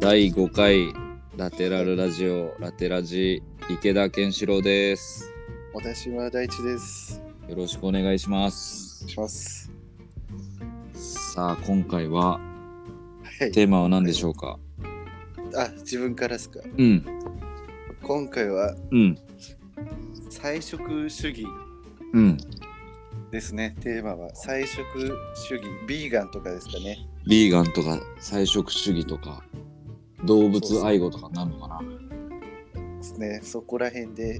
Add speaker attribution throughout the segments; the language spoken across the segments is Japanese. Speaker 1: 第5回ラテラルラジオラテラジ池田健志郎です。
Speaker 2: 私は大地です。
Speaker 1: よろしくお願いしま
Speaker 2: お願
Speaker 1: す
Speaker 2: い。します。
Speaker 1: さあ今回は
Speaker 2: はい。
Speaker 1: テーマは何でしょうか、
Speaker 2: あ、自分からですか。
Speaker 1: うん
Speaker 2: 今回は
Speaker 1: うん
Speaker 2: 菜食主義
Speaker 1: うん
Speaker 2: ですね。テーマは菜食主義、ビーガンとかですかね。
Speaker 1: ビーガンとか菜食主義とか動物愛護とかなんのかな
Speaker 2: ですね。そこら辺で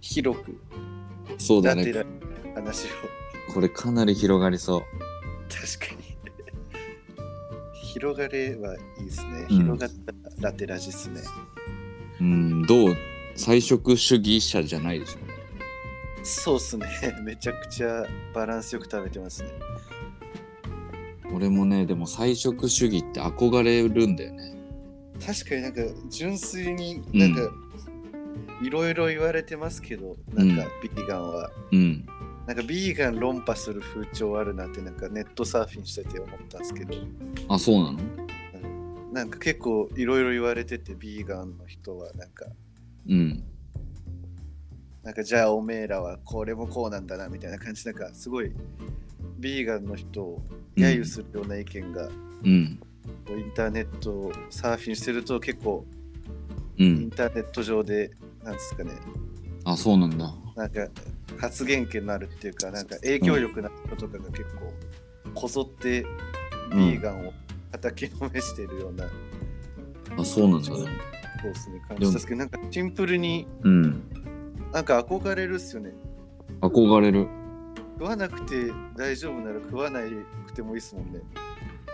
Speaker 2: 広く
Speaker 1: そうだ
Speaker 2: なって
Speaker 1: ね
Speaker 2: る話を
Speaker 1: これかなり広がりそ
Speaker 2: 確かに広がればいいですね。
Speaker 1: うん
Speaker 2: 広がったらラテラジですね。
Speaker 1: ううんどう菜食主義者じゃないでしょ
Speaker 2: そうですね。 めちゃくちゃバランスよく食べてますね。
Speaker 1: 俺もねでも菜食主義って憧れるんだよね
Speaker 2: 確かになんか純粋に
Speaker 1: うん
Speaker 2: なんかいろいろ言われてますけど、なんかビーガンは
Speaker 1: うん
Speaker 2: なんかビーガン論破する風潮あるなってなんかネットサーフィンしてて思ったんですけど
Speaker 1: あそうなの
Speaker 2: なんか結構いろいろ言われててビーガンの人はなんか
Speaker 1: うん
Speaker 2: なんかじゃあおめえらはこれもこうなんだなみたいな感じなんかすごいビーガンの人を揶揄するような意見が、
Speaker 1: うん
Speaker 2: こうインターネットをサーフィンしてると結構
Speaker 1: う
Speaker 2: イン
Speaker 1: ん
Speaker 2: ターネット上でなんですかね
Speaker 1: あそうなんだ
Speaker 2: なんか発言権のあるっていうか、なんか影響力のある人とかが結構、こぞってビーガンを叩きのめしているような、
Speaker 1: あそうなんだね
Speaker 2: そうですね、感じですけど、なんかシンプルに、
Speaker 1: うん
Speaker 2: なんか憧れるっすよね。
Speaker 1: 憧れる
Speaker 2: 食わなくて大丈夫なら食わなくてもいいですもんね。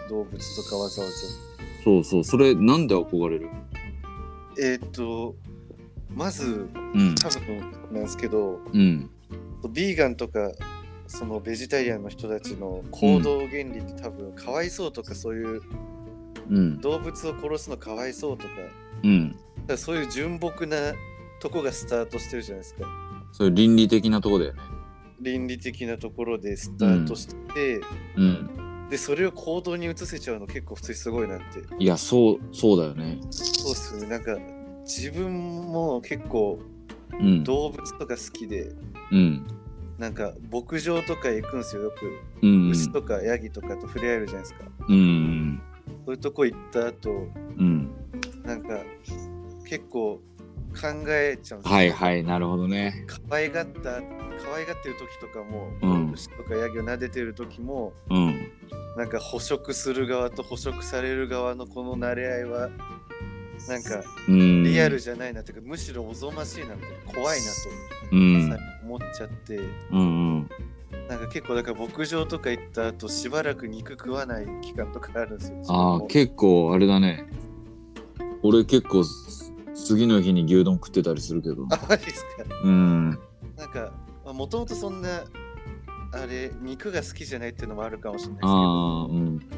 Speaker 2: 動物とかわざわざ。
Speaker 1: そうそうそれなんで憧れる
Speaker 2: えっ、ー、と、まず、
Speaker 1: うん
Speaker 2: 多分なんですけど、
Speaker 1: うん
Speaker 2: ビーガンとか、そのベジタリアンの人たちの行動原理って多分、かわいそうとかそういう
Speaker 1: うん
Speaker 2: 動物を殺すのかわいそうとか
Speaker 1: うん
Speaker 2: だからそういう純朴なとこがスタートしてるじゃないですか
Speaker 1: そういう倫理的なとこだよね
Speaker 2: 倫理的なところでスタートしてて、
Speaker 1: うん
Speaker 2: でそれを行動に移せちゃうの結構普通にすごいなって
Speaker 1: いやそうそうだよね
Speaker 2: そうっすよねなんか自分も結構
Speaker 1: うん
Speaker 2: 動物とか好きで
Speaker 1: うん
Speaker 2: なんか牧場とか行くんですよよく
Speaker 1: うん
Speaker 2: 牛とかヤギとかと触れ合えるじゃないですか、
Speaker 1: うん
Speaker 2: そういうとこ行った後
Speaker 1: うん
Speaker 2: なんか結構考えちゃうんですよ
Speaker 1: はいはいなるほどね
Speaker 2: 可愛がった可愛がってる時とかも、
Speaker 1: うん
Speaker 2: 牛とかヤギを撫でてる時も
Speaker 1: うん
Speaker 2: なんか捕食する側と捕食される側のこの馴れ合いはなんか
Speaker 1: うん
Speaker 2: リアルじゃないなというか、むしろおぞましいなみたいな怖いな
Speaker 1: うん
Speaker 2: と思っちゃって、
Speaker 1: うんうん
Speaker 2: なんか結構だから牧場とか行った後しばらく肉食わない期間とかあるんですよ。
Speaker 1: ああ結構あれだね俺結構す次の日に牛丼食ってたりするけど
Speaker 2: あマジですか
Speaker 1: うん
Speaker 2: なんかもともとそんなあれ肉が好きじゃないっていうのもあるかもしれないですけど。
Speaker 1: ああうん
Speaker 2: なんか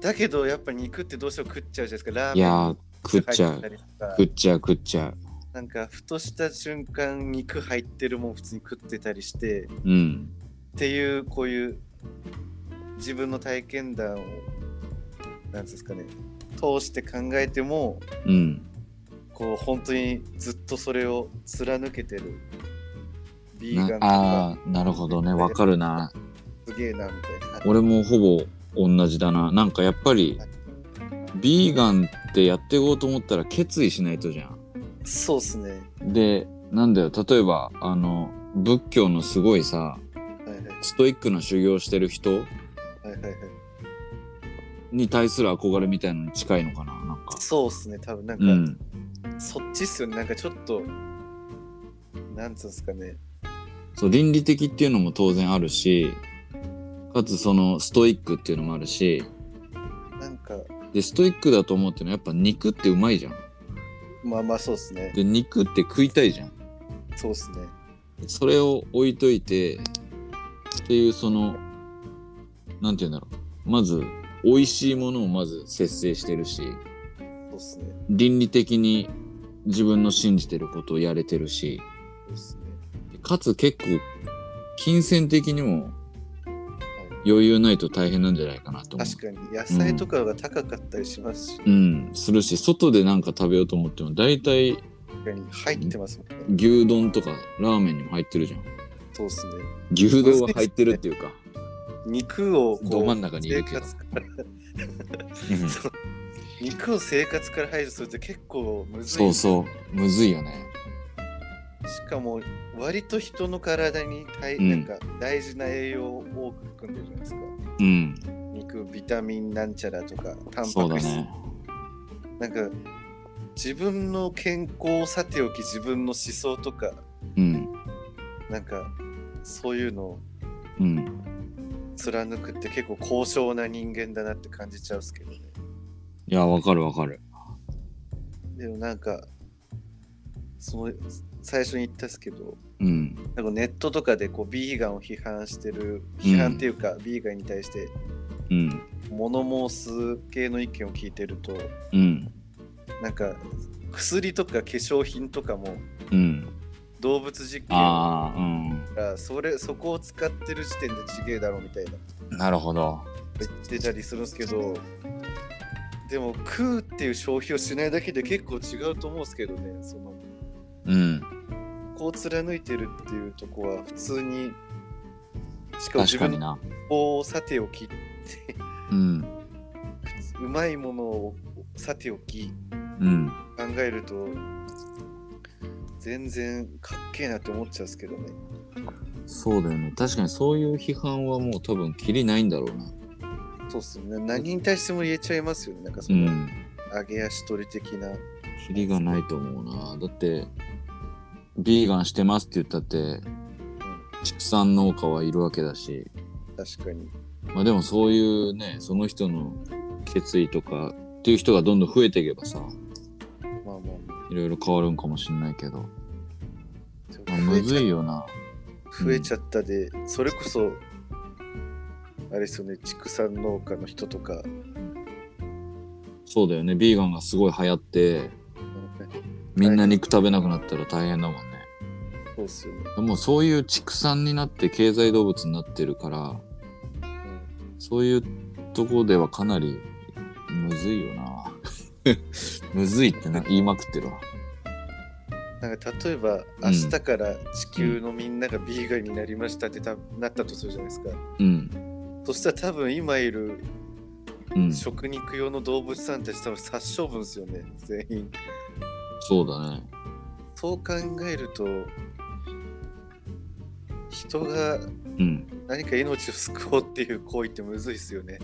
Speaker 2: だけどやっぱ肉ってどうしても食っちゃうじゃないですか
Speaker 1: い
Speaker 2: ラーメン
Speaker 1: やー食っちゃ
Speaker 2: 入
Speaker 1: う
Speaker 2: たりとか
Speaker 1: 食っちゃう食っちゃう
Speaker 2: なんかふとした瞬間肉入ってるもん普通に食ってたりしてっ
Speaker 1: うん
Speaker 2: ていうこういう自分の体験談をなんつうんですかね通して考えても
Speaker 1: うん
Speaker 2: こう本当にずっとそれを貫けてるビーガンと
Speaker 1: あ
Speaker 2: か
Speaker 1: あーなるほどねわかるな
Speaker 2: すげえなみたいな
Speaker 1: 俺もほぼ同じだななんかやっぱりビーガンってやっていこうと思ったら決意しないとじゃ
Speaker 2: そうっすねはい
Speaker 1: んでなんだよ例えばあの仏教のすごいさ
Speaker 2: はい
Speaker 1: ストイックな修行してる人
Speaker 2: はいはいはい
Speaker 1: に対する憧れみたいなのに近いのかななんか
Speaker 2: そうっすね多分なんか、
Speaker 1: うん
Speaker 2: そっちっすよね。なんかちょっと、なんつうんですかね。
Speaker 1: そう倫理的っていうのも当然あるしかつそのストイックっていうのもあるし
Speaker 2: なんか、
Speaker 1: でストイックだと思うってのはやっぱ肉ってうまいじゃん
Speaker 2: まあまあそうっすね。
Speaker 1: で肉って食いたいじゃん
Speaker 2: そうっすね。
Speaker 1: それを置いといてっていうそのなんて言うんだろうまず美味しいものをまず節制してるし
Speaker 2: そうっすね。
Speaker 1: 倫理的に自分の信じてることをやれてるし
Speaker 2: そうっすね。
Speaker 1: かつ結構金銭的にも
Speaker 2: はい
Speaker 1: 余裕ないと大変なんじゃないかなと思う
Speaker 2: 確かに野菜とかが高かったりしますし、
Speaker 1: うん、するし外でなんか食べようと思っても大体
Speaker 2: 確かに入ってますもんね。
Speaker 1: 牛丼とかラーメンにも入ってるじゃん
Speaker 2: そうですね。
Speaker 1: 牛丼は入ってるっていうか
Speaker 2: 肉をこう
Speaker 1: ど真ん中に入れるけど
Speaker 2: 生活からそう肉を生活から排除するって結構むず い。
Speaker 1: そうそうむずいよね
Speaker 2: しかも割と人の体に大,、
Speaker 1: うん
Speaker 2: なんか大事な栄養を多く含んでるじゃないですか。
Speaker 1: うん
Speaker 2: 肉、ビタミンなんちゃらとか、タン
Speaker 1: そ
Speaker 2: パ
Speaker 1: うだ
Speaker 2: ク質、
Speaker 1: ね
Speaker 2: なんか自分の健康をさておき自分の思想とか、
Speaker 1: うん
Speaker 2: なんかそういうのを
Speaker 1: うん
Speaker 2: 貫くって結構高尚な人間だなって感じちゃうんですけどね。
Speaker 1: いやわかるわかる
Speaker 2: でもなんか、その最初に言ったっすけど、
Speaker 1: うん
Speaker 2: なんかネットとかでこうビーガンを批判してる、批判っていうか、ビーガンに対して
Speaker 1: うん
Speaker 2: 物申す系の意見を聞いてると、
Speaker 1: うん
Speaker 2: なんか薬とか化粧品とかも
Speaker 1: うん
Speaker 2: 動物実験だ
Speaker 1: ああうん
Speaker 2: からそれそこを使ってる時点でちげえだろみたいな
Speaker 1: なるほど
Speaker 2: 言ってたりするんですけど、でも食うっていう消費をしないだけで結構違うと思うんですけどね、その
Speaker 1: うん
Speaker 2: こう貫いてるっていうとこは普通にしかも
Speaker 1: 確
Speaker 2: 自
Speaker 1: か
Speaker 2: 分
Speaker 1: に
Speaker 2: の
Speaker 1: な
Speaker 2: こうさておきって
Speaker 1: うん
Speaker 2: うまいものをさておき
Speaker 1: うん
Speaker 2: 考えると全然かっけえなって思っちゃうんですけどね
Speaker 1: そうだよね確かにそういう批判はもう多分きりないんだろうな
Speaker 2: そうっすね何に対しても言えちゃいますよねなんかそうの、
Speaker 1: ん
Speaker 2: 揚げ足取り的な
Speaker 1: キリがないと思うなだってビーガンしてますって言ったって畜産農家はいるわけだし
Speaker 2: 確かに
Speaker 1: まあでもそういうねその人の決意とかっていう人がどんどん増えていけばさ
Speaker 2: まあまあ
Speaker 1: いろいろ変わるんかもしんないけど、まあ
Speaker 2: 増
Speaker 1: む
Speaker 2: えち
Speaker 1: ず
Speaker 2: ゃ
Speaker 1: いよな
Speaker 2: 増えちゃったでそれこそあれですよね畜産農家の人とか
Speaker 1: そうだよねビーガンがすごい流行ってみんな肉食べなくなったら大変だもんね
Speaker 2: そうっすよね、
Speaker 1: もうそういう畜産になって経済動物になってるから
Speaker 2: うん
Speaker 1: そういうとこではかなりむずいよな。 むずいってな言いまくってるわ。
Speaker 2: なんか例えば明日から地球のみんながビーガンになりましたってたなったとするじゃないですか。
Speaker 1: うん。
Speaker 2: そしたら多分今いる
Speaker 1: うん。
Speaker 2: 食肉用の動物さんたち多分殺処分ですよね全員。
Speaker 1: そうだね。
Speaker 2: そう考えると人が
Speaker 1: うん。
Speaker 2: 何か命を救おうっていう行為ってむずいですよね。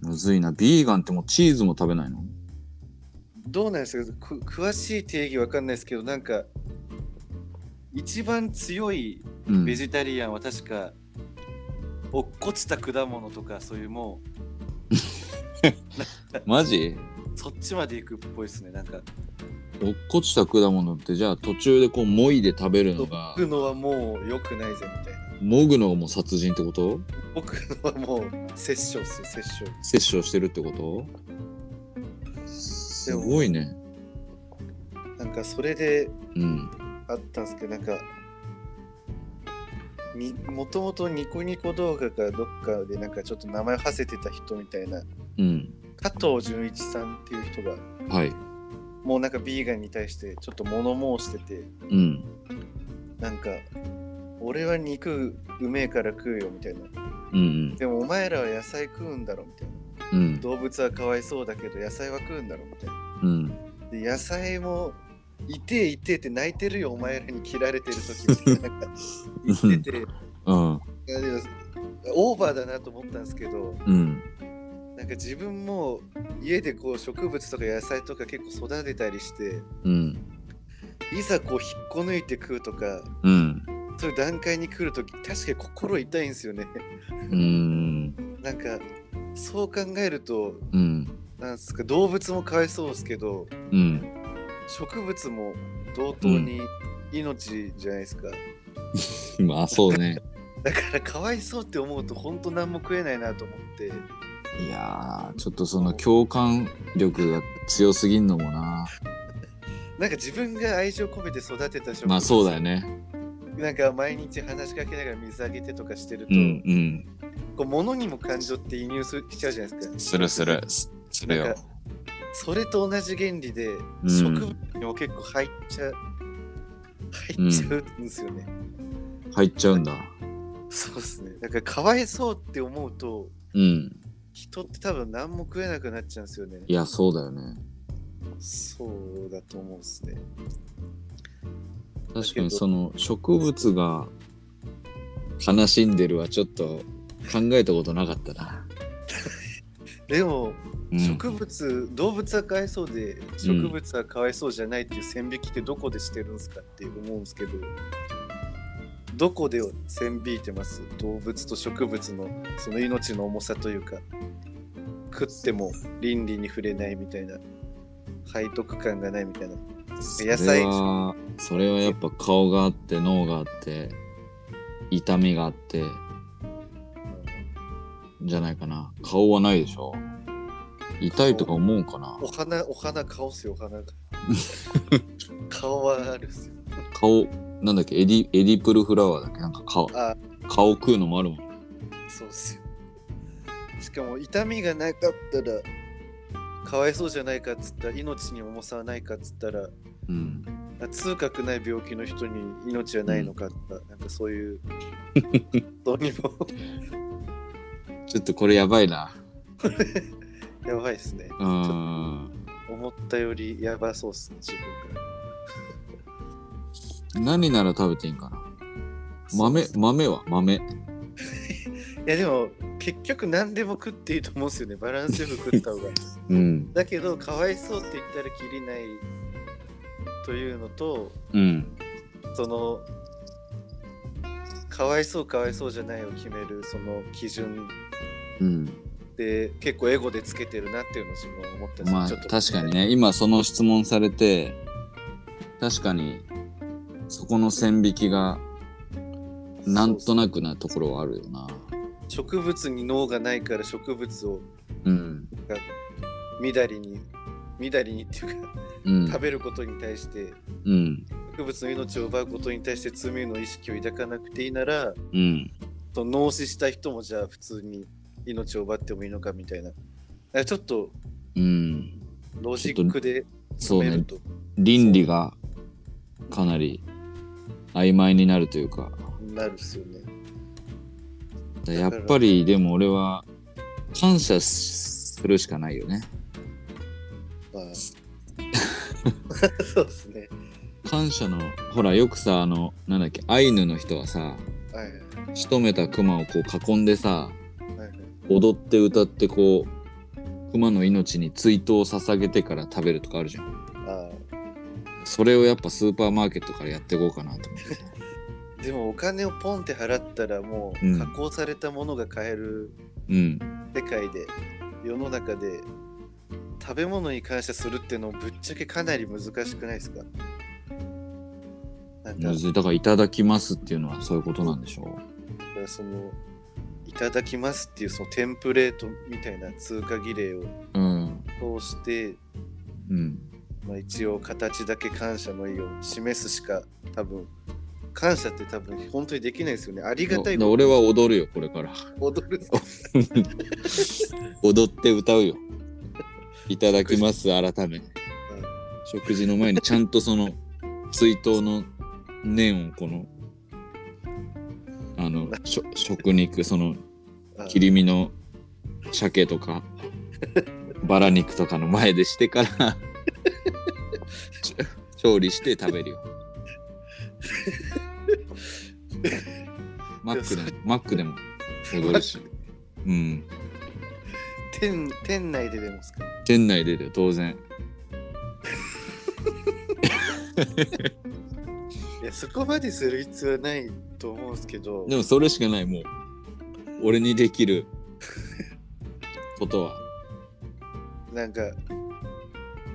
Speaker 1: むずいな。ビーガンってもうチーズも食べないの
Speaker 2: どうなんですかく詳しい定義わかんないですけどなんか一番強い
Speaker 1: うん。
Speaker 2: ベジタリアンは確か落っこちた果物とかそういうもう
Speaker 1: マジ
Speaker 2: そっちまで行くっぽいですね。なんか、
Speaker 1: 落っこちた果物ってじゃあ途中でこう、もいで食べるの
Speaker 2: 僕
Speaker 1: が、
Speaker 2: のはもう良くないぜみたいな。
Speaker 1: もぐのも殺人ってこと
Speaker 2: 僕のはもう殺生っすよ、殺生。
Speaker 1: 摂取をしてるってことすごいね。
Speaker 2: なんかそれで
Speaker 1: うん。
Speaker 2: あったんですけど、なんか、にもともとニコニコ動画かどっかでなんかちょっと名前を馳せてた人みたいな
Speaker 1: うん。
Speaker 2: 加藤純一さんっていう人が
Speaker 1: はい。
Speaker 2: もうなんかビーガンに対してちょっと物申してて
Speaker 1: うん。
Speaker 2: なんか俺は肉うめえから食うよみたいな
Speaker 1: うん
Speaker 2: でもお前らは野菜食うんだろみたいな
Speaker 1: うん。うん。
Speaker 2: 動物はかわいそうだけど野菜は食うんだろみたいな
Speaker 1: うん。
Speaker 2: で野菜も「いてえいてえ」って泣いてるよお前らに切られてる時みたいな言っててい
Speaker 1: うん。
Speaker 2: やでもオーバーだなと思ったんですけど
Speaker 1: うん。
Speaker 2: なんか自分も家でこう植物とか野菜とか結構育てたりして
Speaker 1: うん。
Speaker 2: いざこう引っこ抜いて食うとか
Speaker 1: うん。
Speaker 2: そういう段階に来る時確かに心痛いんですよね
Speaker 1: うん。
Speaker 2: なんかそう考えると
Speaker 1: うん。
Speaker 2: なんですか動物もかわいそうですけど
Speaker 1: うん。
Speaker 2: 植物も同等に命じゃないですか、
Speaker 1: まあそうね。
Speaker 2: だからかわいそうって思うと本当何も食えないなと思って
Speaker 1: いやー、ちょっとその共感力が強すぎんのもな。
Speaker 2: なんか自分が愛情込めて育てた植物
Speaker 1: まあそうだよね。
Speaker 2: なんか毎日話しかけながら水あげてとかしてると、
Speaker 1: うんうん。
Speaker 2: こう物にも感情って移入すしちゃうじゃないですか。
Speaker 1: するする。すする
Speaker 2: なん
Speaker 1: よ
Speaker 2: か。それと同じ原理で、
Speaker 1: うん
Speaker 2: 植物にも結構入っちゃう、入っちゃうんですよね。
Speaker 1: 入っちゃうんだ。
Speaker 2: そうですね。だからかわいそうって思うと、
Speaker 1: うん。
Speaker 2: 人って多分何も食えなくなっちゃうんですよね。
Speaker 1: いや、そうだよね。
Speaker 2: そうだと思うんですね。
Speaker 1: 確かにその植物が悲しんでるはちょっと考えたことなかったな。
Speaker 2: でも、
Speaker 1: うん、
Speaker 2: 植物、動物はかわいそうで、植物はかわいそうじゃないっていう線引きってどこでしてるんですかって思うんですけど、どこで線引いてます動物と植物のその命の重さというか、食っても倫理に触れないみたいな、背徳感がないみたいな。野
Speaker 1: それ
Speaker 2: 菜
Speaker 1: はそれはやっぱ顔があって脳があって痛みがあってじゃないかな顔はないでしょ痛いとか思うかな
Speaker 2: お花、お花顔っすよ、お花が。顔はあるっすよ。
Speaker 1: 顔なんだっけエディエディプルフラワーだっけなんか顔
Speaker 2: あ
Speaker 1: 顔食うのもあるもん
Speaker 2: そうっすよ。しかも痛みがなかったら、かわいそうじゃないかっつったら、命に重さはないかっつったら、
Speaker 1: うん
Speaker 2: あ痛覚ない病気の人に命はないのかとか、なんかそういう、どうにも
Speaker 1: ちょっとこれやばいな
Speaker 2: やばいっすね。
Speaker 1: うん
Speaker 2: 思ったよりやばそうっすね、自分が。
Speaker 1: 何なら食べていいんかな
Speaker 2: そう
Speaker 1: 豆
Speaker 2: っすね
Speaker 1: 豆は豆
Speaker 2: いやでも、結局何でも食っていいと思うんですよね、バランスよく食った方が。
Speaker 1: うん
Speaker 2: だけど、かわいそうって言ったらきりないというのと、
Speaker 1: うん
Speaker 2: その、かわいそうかわいそうじゃないを決めるその基準
Speaker 1: うん
Speaker 2: で結構エゴでつけてるなっていうのを自分は思ってんですよ
Speaker 1: まあ
Speaker 2: ちょっと
Speaker 1: 確かにね今その質問されて確かにそこの線引きがなんとなくなところはあるよな
Speaker 2: 植物に脳がないから植物を
Speaker 1: うん
Speaker 2: みだりにみだりにっていうか
Speaker 1: うん
Speaker 2: 食べることに対して
Speaker 1: うん
Speaker 2: 植物の命を奪うことに対して罪の意識を抱かなくていいなら
Speaker 1: うん
Speaker 2: その脳死した人もじゃあ普通に命を奪ってもいいのかみたいなだからちょっと
Speaker 1: うん
Speaker 2: ロジックで
Speaker 1: そう
Speaker 2: 詰め
Speaker 1: ね
Speaker 2: ると
Speaker 1: 倫理がかなり曖昧になるというか
Speaker 2: なるっすよね
Speaker 1: だやっぱりでも俺は感謝するしかないよね
Speaker 2: まあそうですね
Speaker 1: 感謝のほらよくさあのなんだっけアイヌの人はさ
Speaker 2: はいはい
Speaker 1: 仕留めた熊をこう囲んでさ
Speaker 2: はいはい
Speaker 1: 踊って歌ってこう熊の命に追悼を捧げてから食べるとかあるじゃん
Speaker 2: あ
Speaker 1: それをやっぱスーパーマーケットからやっていこうかなと思って
Speaker 2: あでもお金をポンって払ったらも
Speaker 1: うん
Speaker 2: う加工されたものが買える
Speaker 1: うん
Speaker 2: 世界で世の中で食べ物に感謝するっていうのぶっちゃけかなり難しくないですかなんか
Speaker 1: むずいだから「いただきます」っていうのはそういうことなんでしょう
Speaker 2: そのいただきますっていうそのテンプレートみたいな通過儀礼
Speaker 1: うん
Speaker 2: を通して、
Speaker 1: うん
Speaker 2: まあ、一応形だけ感謝の意を示すしか多分感謝って多分本当にできないですよねありがたい
Speaker 1: だ俺は踊るよこれから
Speaker 2: 踊る
Speaker 1: 踊って歌うよいただきます改め食事の前にちゃんとその追悼の念をこのあのしょ食肉その
Speaker 2: あ
Speaker 1: 切り身の鮭とかバラ肉とかの前でしてからちょ調理して食べるよマックでもマックでも踊るしうん
Speaker 2: 店店内ででもですか
Speaker 1: 店内でだよ当然
Speaker 2: いやそこまでする必要はないと思うんですけど
Speaker 1: でもそれしかないもう俺にできることは
Speaker 2: なんか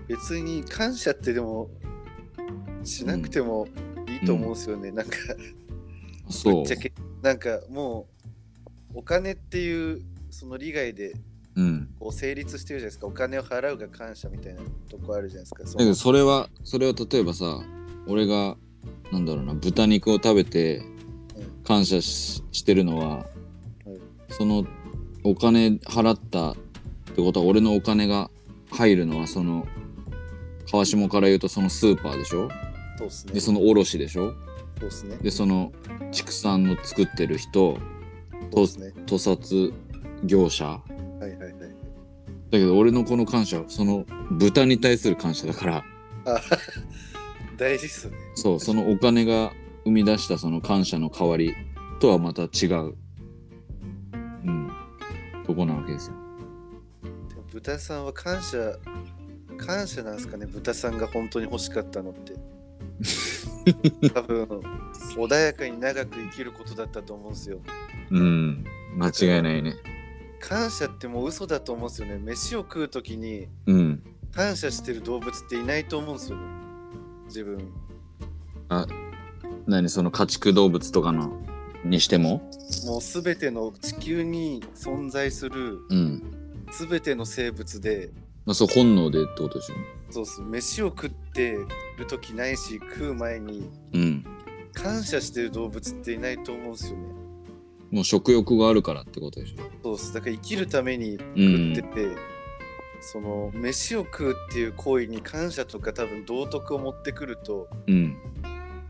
Speaker 2: 別に感謝ってでもしなくてもいいと思うんですよね、なんか
Speaker 1: そ
Speaker 2: ぶ
Speaker 1: う
Speaker 2: っちゃけなんかもうお金っていうその利害で
Speaker 1: うん
Speaker 2: こう成立してるじゃないですかお金を払うが感謝みたいなとこあるじゃないですかそ
Speaker 1: だけ
Speaker 2: の
Speaker 1: どそれはそれは例えばさ俺がなんだろうな豚肉を食べて
Speaker 2: うん
Speaker 1: 感謝ししてるのは、
Speaker 2: はい
Speaker 1: そのお金払ったってことは俺のお金が入るのはその川下から言うとそのスーパーでしょ
Speaker 2: そうっすね。
Speaker 1: で
Speaker 2: そ
Speaker 1: その卸でしょ
Speaker 2: うっすね。
Speaker 1: でその畜産の作ってる人
Speaker 2: そうっすね。
Speaker 1: 屠殺業者
Speaker 2: はいはいはい。
Speaker 1: だけど俺のこの感謝はその豚に対する感謝だから
Speaker 2: あ大事っすね。
Speaker 1: そうそのお金が生み出したその感謝の代わりとはまた違ううんとこなわけですよ
Speaker 2: でも豚さんは感謝、感謝なんすかね、豚さんが本当に欲しかったの って。多分穏やかに長く生きることだったと思うんですよ。
Speaker 1: うん間違いないね
Speaker 2: 感謝ってもう嘘だと思うんですよね。飯を食うときに
Speaker 1: うん
Speaker 2: 感謝してる動物っていないと思うんですよね。自分。
Speaker 1: 何その家畜動物とかのにしても
Speaker 2: もうすべての地球に存在する
Speaker 1: うん、
Speaker 2: すべての生物で、
Speaker 1: まあ、そう本能でってことでしょ
Speaker 2: そうっす。飯を食ってるときないし、食う前に
Speaker 1: うん
Speaker 2: 感謝してる動物っていないと思うんですよね。
Speaker 1: もう食欲があるからってことでしょ
Speaker 2: そうっす。だから生きるために
Speaker 1: う
Speaker 2: 食っ
Speaker 1: ん
Speaker 2: てて、その飯を食うっていう行為に感謝とか多分道徳を持ってくると
Speaker 1: うん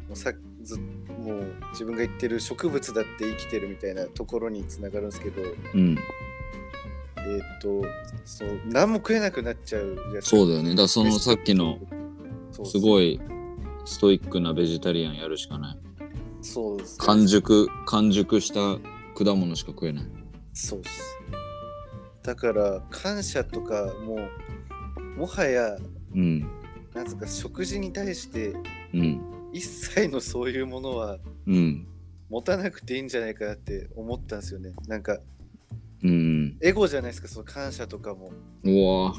Speaker 2: もうさずもう自分が言ってる植物だって生きてるみたいなところにつながるんですけど、え
Speaker 1: うん
Speaker 2: ーっとその何も食えなくなっちゃうやつ
Speaker 1: そうだよねだからそのさっきの
Speaker 2: そう
Speaker 1: すごいストイックなベジタリアンやるしかない
Speaker 2: そうです
Speaker 1: 完熟完熟した果物しか食えない
Speaker 2: そうっすだから感謝とかもうもはや
Speaker 1: うん
Speaker 2: なんつうか食事に対して
Speaker 1: うん
Speaker 2: 一切のそういうものは
Speaker 1: うん
Speaker 2: 持たなくていいんじゃないかなって思ったんですよねなんか
Speaker 1: うん
Speaker 2: エゴじゃないですかその感謝とかも
Speaker 1: うわ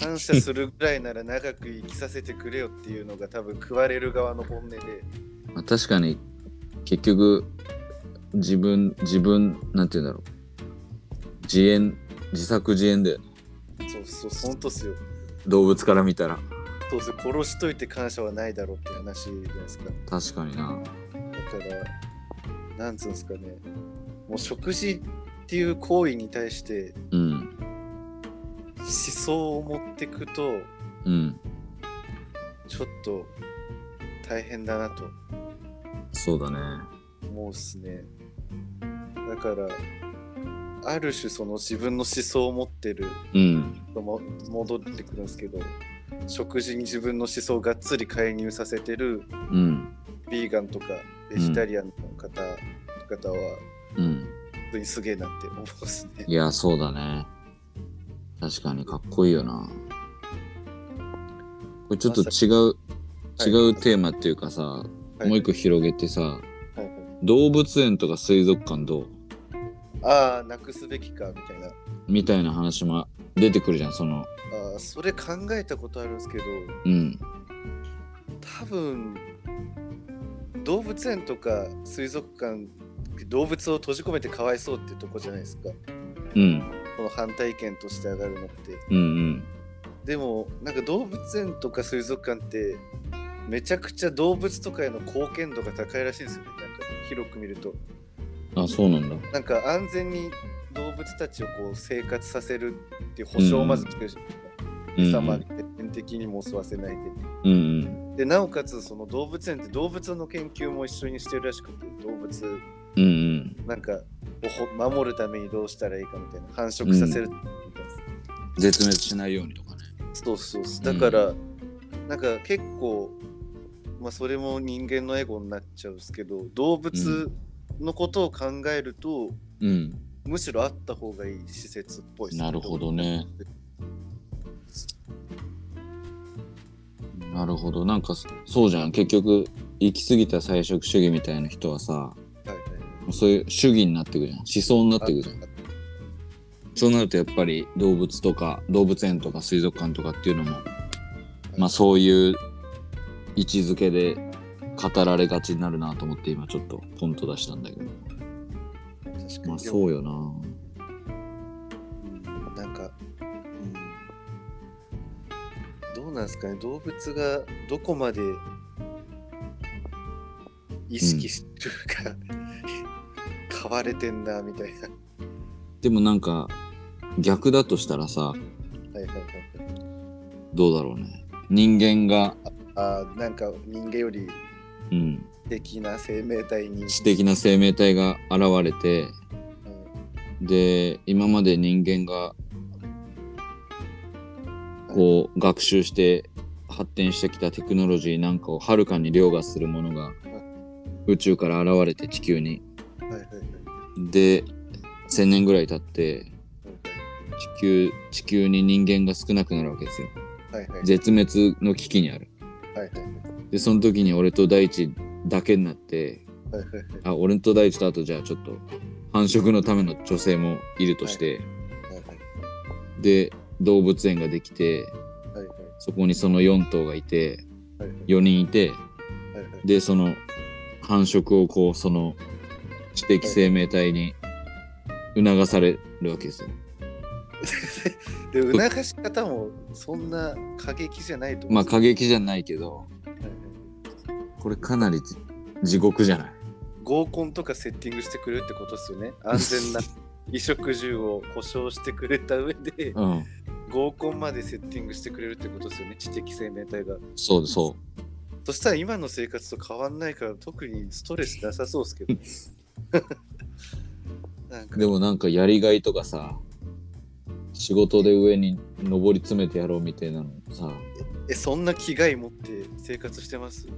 Speaker 2: 感謝するぐらいなら長く生きさせてくれよっていうのが多分食われる側の本音で
Speaker 1: まあ確かに結局自分自分なんて言うんだろう自演自作自演で
Speaker 2: そうそうそんとっすよ
Speaker 1: 動物から見たら
Speaker 2: どうせ殺しといて感謝はないだろうって話じゃないですかだ
Speaker 1: 確かにな
Speaker 2: からなんつうんですかねもう食事っていう行為に対して
Speaker 1: うん
Speaker 2: 思想を持ってくと
Speaker 1: うん
Speaker 2: ちょっと大変だなと
Speaker 1: そうだね
Speaker 2: 思うっすねだからある種その自分の思想を持ってる
Speaker 1: うん
Speaker 2: も戻ってくるんですけど食事に自分の思想をがっつり介入させてる
Speaker 1: うん
Speaker 2: ビーガンとかベジタリアンの方、方は
Speaker 1: うん
Speaker 2: 本当にすげえなって思うですね。
Speaker 1: いやそうだね確かにかっこいいよなこれちょっと違う、
Speaker 2: さに
Speaker 1: 違うテーマっていうかさ、もう一個広げてさ
Speaker 2: はいはい
Speaker 1: 動物園とか水族館どう
Speaker 2: ああなくすべきかみたいな
Speaker 1: みたいな話も出てくるじゃんその
Speaker 2: あーそれ考えたことあるんですけど
Speaker 1: うん
Speaker 2: 多分動物園とか水族館動物を閉じ込めてかわいそうってとこじゃないですか
Speaker 1: うん
Speaker 2: この反対意見として上がるのって。
Speaker 1: うんうん
Speaker 2: でもなんか動物園とか水族館ってめちゃくちゃ動物とかへの貢献度が高いらしいんですよねなんか広く見ると
Speaker 1: あそうなんだ
Speaker 2: なんか安全に動物たちをこう生活させるっていう保証をまず作るじゃないですか
Speaker 1: うん
Speaker 2: 餌まで天敵にも襲わせないで
Speaker 1: うんうん
Speaker 2: でなおかつその動物園って動物の研究も一緒にしてるらしくて動物
Speaker 1: うんうん
Speaker 2: なんかをほ守るためにどうしたらいいかみたいな繁殖させるみたいな、
Speaker 1: 絶滅しないようにとかね
Speaker 2: そうそうそうだから、なんか結構まあそれも人間のエゴになっちゃうんですけど動物のことを考えると、
Speaker 1: うん
Speaker 2: むしろあった方がいい施設っぽいです
Speaker 1: なるほどねなるほどなんかそそうじゃん結局行き過ぎた菜食主義みたいな人はさ
Speaker 2: はいはい
Speaker 1: そういう主義になってくじゃん思想になってくじゃん
Speaker 2: あ
Speaker 1: そうなるとやっぱり動物とか動物園とか水族館とかっていうのもまあ
Speaker 2: う
Speaker 1: そういう位置づけで語られがちになるなと思って今ちょっとポンと出したんだけど
Speaker 2: 確かに、
Speaker 1: まあそうよな
Speaker 2: うんなんか、うん、どうなんですかね動物がどこまで 意識してるか、飼われてんなみたいな
Speaker 1: でもなんか、逆だとしたらさ、
Speaker 2: はいはいはいはい。
Speaker 1: どうだろうね。人間が、
Speaker 2: あーなんか人間より
Speaker 1: うん、
Speaker 2: 的な生命体に。
Speaker 1: 知的な生命体が現れて、
Speaker 2: うん
Speaker 1: で、今まで人間が、こう、学習して発展してきたテクノロジーなんかをはるかに凌駕するものが、宇宙から現れて地球に。
Speaker 2: はいはいはいはい
Speaker 1: で、1000年ぐらい経って、地球、地球に人間が少なくなるわけですよ。
Speaker 2: はいはい
Speaker 1: 絶滅の危機にある。
Speaker 2: はいはいはい
Speaker 1: で、その時に俺と大地だけになって、
Speaker 2: はいはいはい
Speaker 1: あ、俺と大地とあとじゃあちょっと繁殖のための女性もいるとして、
Speaker 2: はいはい
Speaker 1: で、動物園ができて、
Speaker 2: はい
Speaker 1: そこにその4頭がいて、
Speaker 2: はいはい
Speaker 1: 4人いて、
Speaker 2: はいはい
Speaker 1: で、その繁殖をこう、その知的生命体に促されるわけですよ。
Speaker 2: で促し方もそんな過激じゃないと思
Speaker 1: ま
Speaker 2: う
Speaker 1: あ過激じゃないけど、
Speaker 2: はいはい
Speaker 1: これかなりじ地獄じゃない
Speaker 2: 合コンとかセッティングしてくれるってことですよね安全な衣食住を保障してくれた上で
Speaker 1: うん。
Speaker 2: 合コンまでセッティングしてくれるってことですよね知的生命体が
Speaker 1: そうそう。
Speaker 2: そしたら今の生活と変わんないから特にストレスなさそうですけど なんか
Speaker 1: でもなんかやりがいとかさ仕事で上に上り詰めてやろうみたいなのさ
Speaker 2: えそんな気概持って生活してます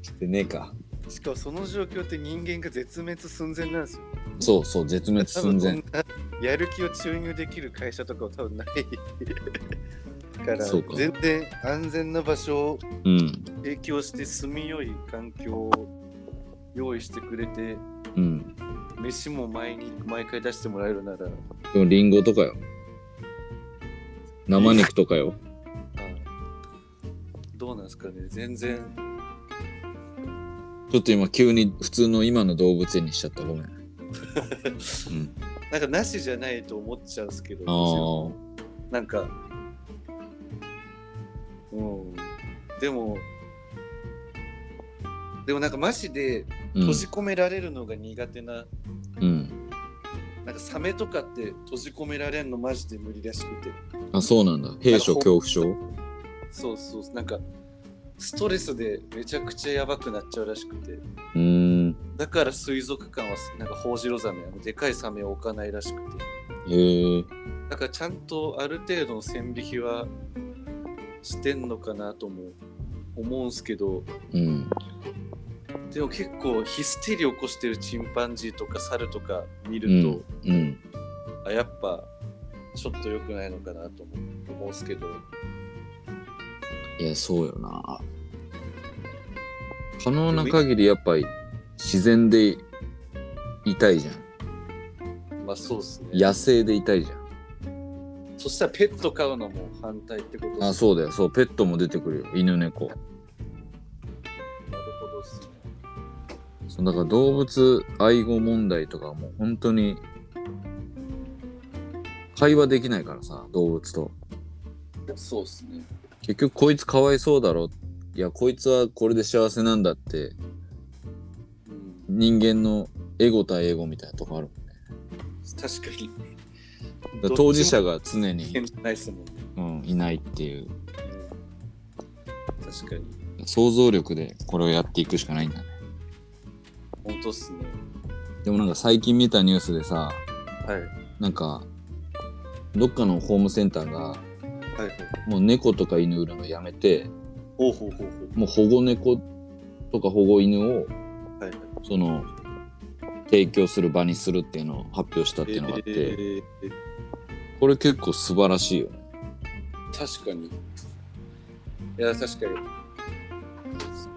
Speaker 1: してねえか
Speaker 2: しかもその状況って人間が絶滅寸前なんですよ
Speaker 1: そうそう絶滅
Speaker 2: 多
Speaker 1: 寸
Speaker 2: 分そん
Speaker 1: 前
Speaker 2: なやる気を注入できる会社とかは多分ないから
Speaker 1: そうか
Speaker 2: 全然安全な場所を
Speaker 1: うん
Speaker 2: 提供して住みよい環境を用意してくれて
Speaker 1: うん
Speaker 2: 飯も毎日毎回出してもらえるなら
Speaker 1: でもリンゴとかよ生肉とかよ
Speaker 2: あどうなんですかね全然
Speaker 1: ちょっと今急に普通の今の動物園にしちゃった ごめん、うん、
Speaker 2: なんかなしじゃないと思っちゃうんですけど
Speaker 1: あー
Speaker 2: なんか、うん、でも、でもなんかマジで
Speaker 1: うん
Speaker 2: 閉じ込められるのが苦手な、
Speaker 1: うん
Speaker 2: なんかサメとかって閉じ込められるのマジで無理らしくて、
Speaker 1: あそうなんだ兵所恐怖症
Speaker 2: そうそう、なんかストレスでめちゃくちゃやばくなっちゃうらしくて、
Speaker 1: うーん
Speaker 2: だから水族館はなんかホウジロザメ、あのでかいサメを置かないらしくて、
Speaker 1: へえ
Speaker 2: だからちゃんとある程度の線引きはしてんのかなとも思うんすけど、
Speaker 1: うん
Speaker 2: でも結構ヒステリー起こしてるチンパンジーとか猿とか見
Speaker 1: う
Speaker 2: ると
Speaker 1: ん、うん
Speaker 2: あやっぱちょっと良くないのかなと思う思うんですけど
Speaker 1: いや、そうよな。可能な限りやっぱり自然でいたいじゃん。
Speaker 2: まあそうですね
Speaker 1: 野生でいたいじゃ
Speaker 2: そしたらペット飼うのも反対ってこと
Speaker 1: ん。あ、そうだよ。そう、ペットも出てくるよ。犬猫。
Speaker 2: うなるほどっすね
Speaker 1: そうだから動物愛護問題とかはもう本当に会話できないからさ、動物と。
Speaker 2: そうっすね
Speaker 1: 結局こいつかわいそうだろ。いや、こいつはこれで幸せなんだって
Speaker 2: うん
Speaker 1: 人間のエゴ対エゴみたいなとこある。
Speaker 2: 確かに
Speaker 1: だから当事者が常に、
Speaker 2: 変じゃないっすもんね、
Speaker 1: うん、いないっていう。
Speaker 2: うん確かに
Speaker 1: 想像力でこれをやっていくしかないんだね
Speaker 2: 本当っすね
Speaker 1: でもなんか最近見たニュースでさ
Speaker 2: はい
Speaker 1: なんかどっかのホームセンターが
Speaker 2: はいはい
Speaker 1: もう猫とか犬売るのやめて
Speaker 2: ほうほうほうほ
Speaker 1: もう保護猫とか保護犬を
Speaker 2: うはいはい
Speaker 1: その提供する場にするっていうのを発表したっていうのがあって、
Speaker 2: えー
Speaker 1: これ結構素晴らしいよね
Speaker 2: 確かにいや確かに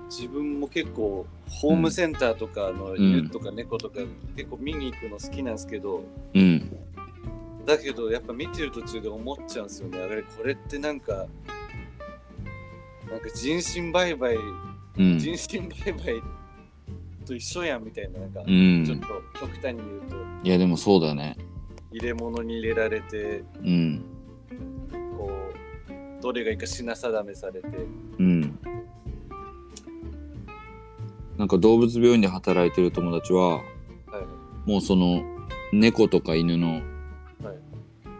Speaker 2: 自分も結構ホームセンターとかあの
Speaker 1: ん
Speaker 2: 犬とか猫とか結構見に行くの好きなんですけど、
Speaker 1: うん
Speaker 2: だけどやっぱ見てる途中で思っちゃうんですよねあれこれってなんかなんか人身売買
Speaker 1: うん
Speaker 2: 人身売買と一緒やんみたいななんか
Speaker 1: う
Speaker 2: ちょっ
Speaker 1: ん
Speaker 2: と極端に言うと
Speaker 1: いやでもそうだね
Speaker 2: 入れ物に入れられて
Speaker 1: うん
Speaker 2: こうどれがいいか品定めされて
Speaker 1: うんなんか動物病院で働いてる友達は
Speaker 2: はい
Speaker 1: もうその猫とか犬の、
Speaker 2: はい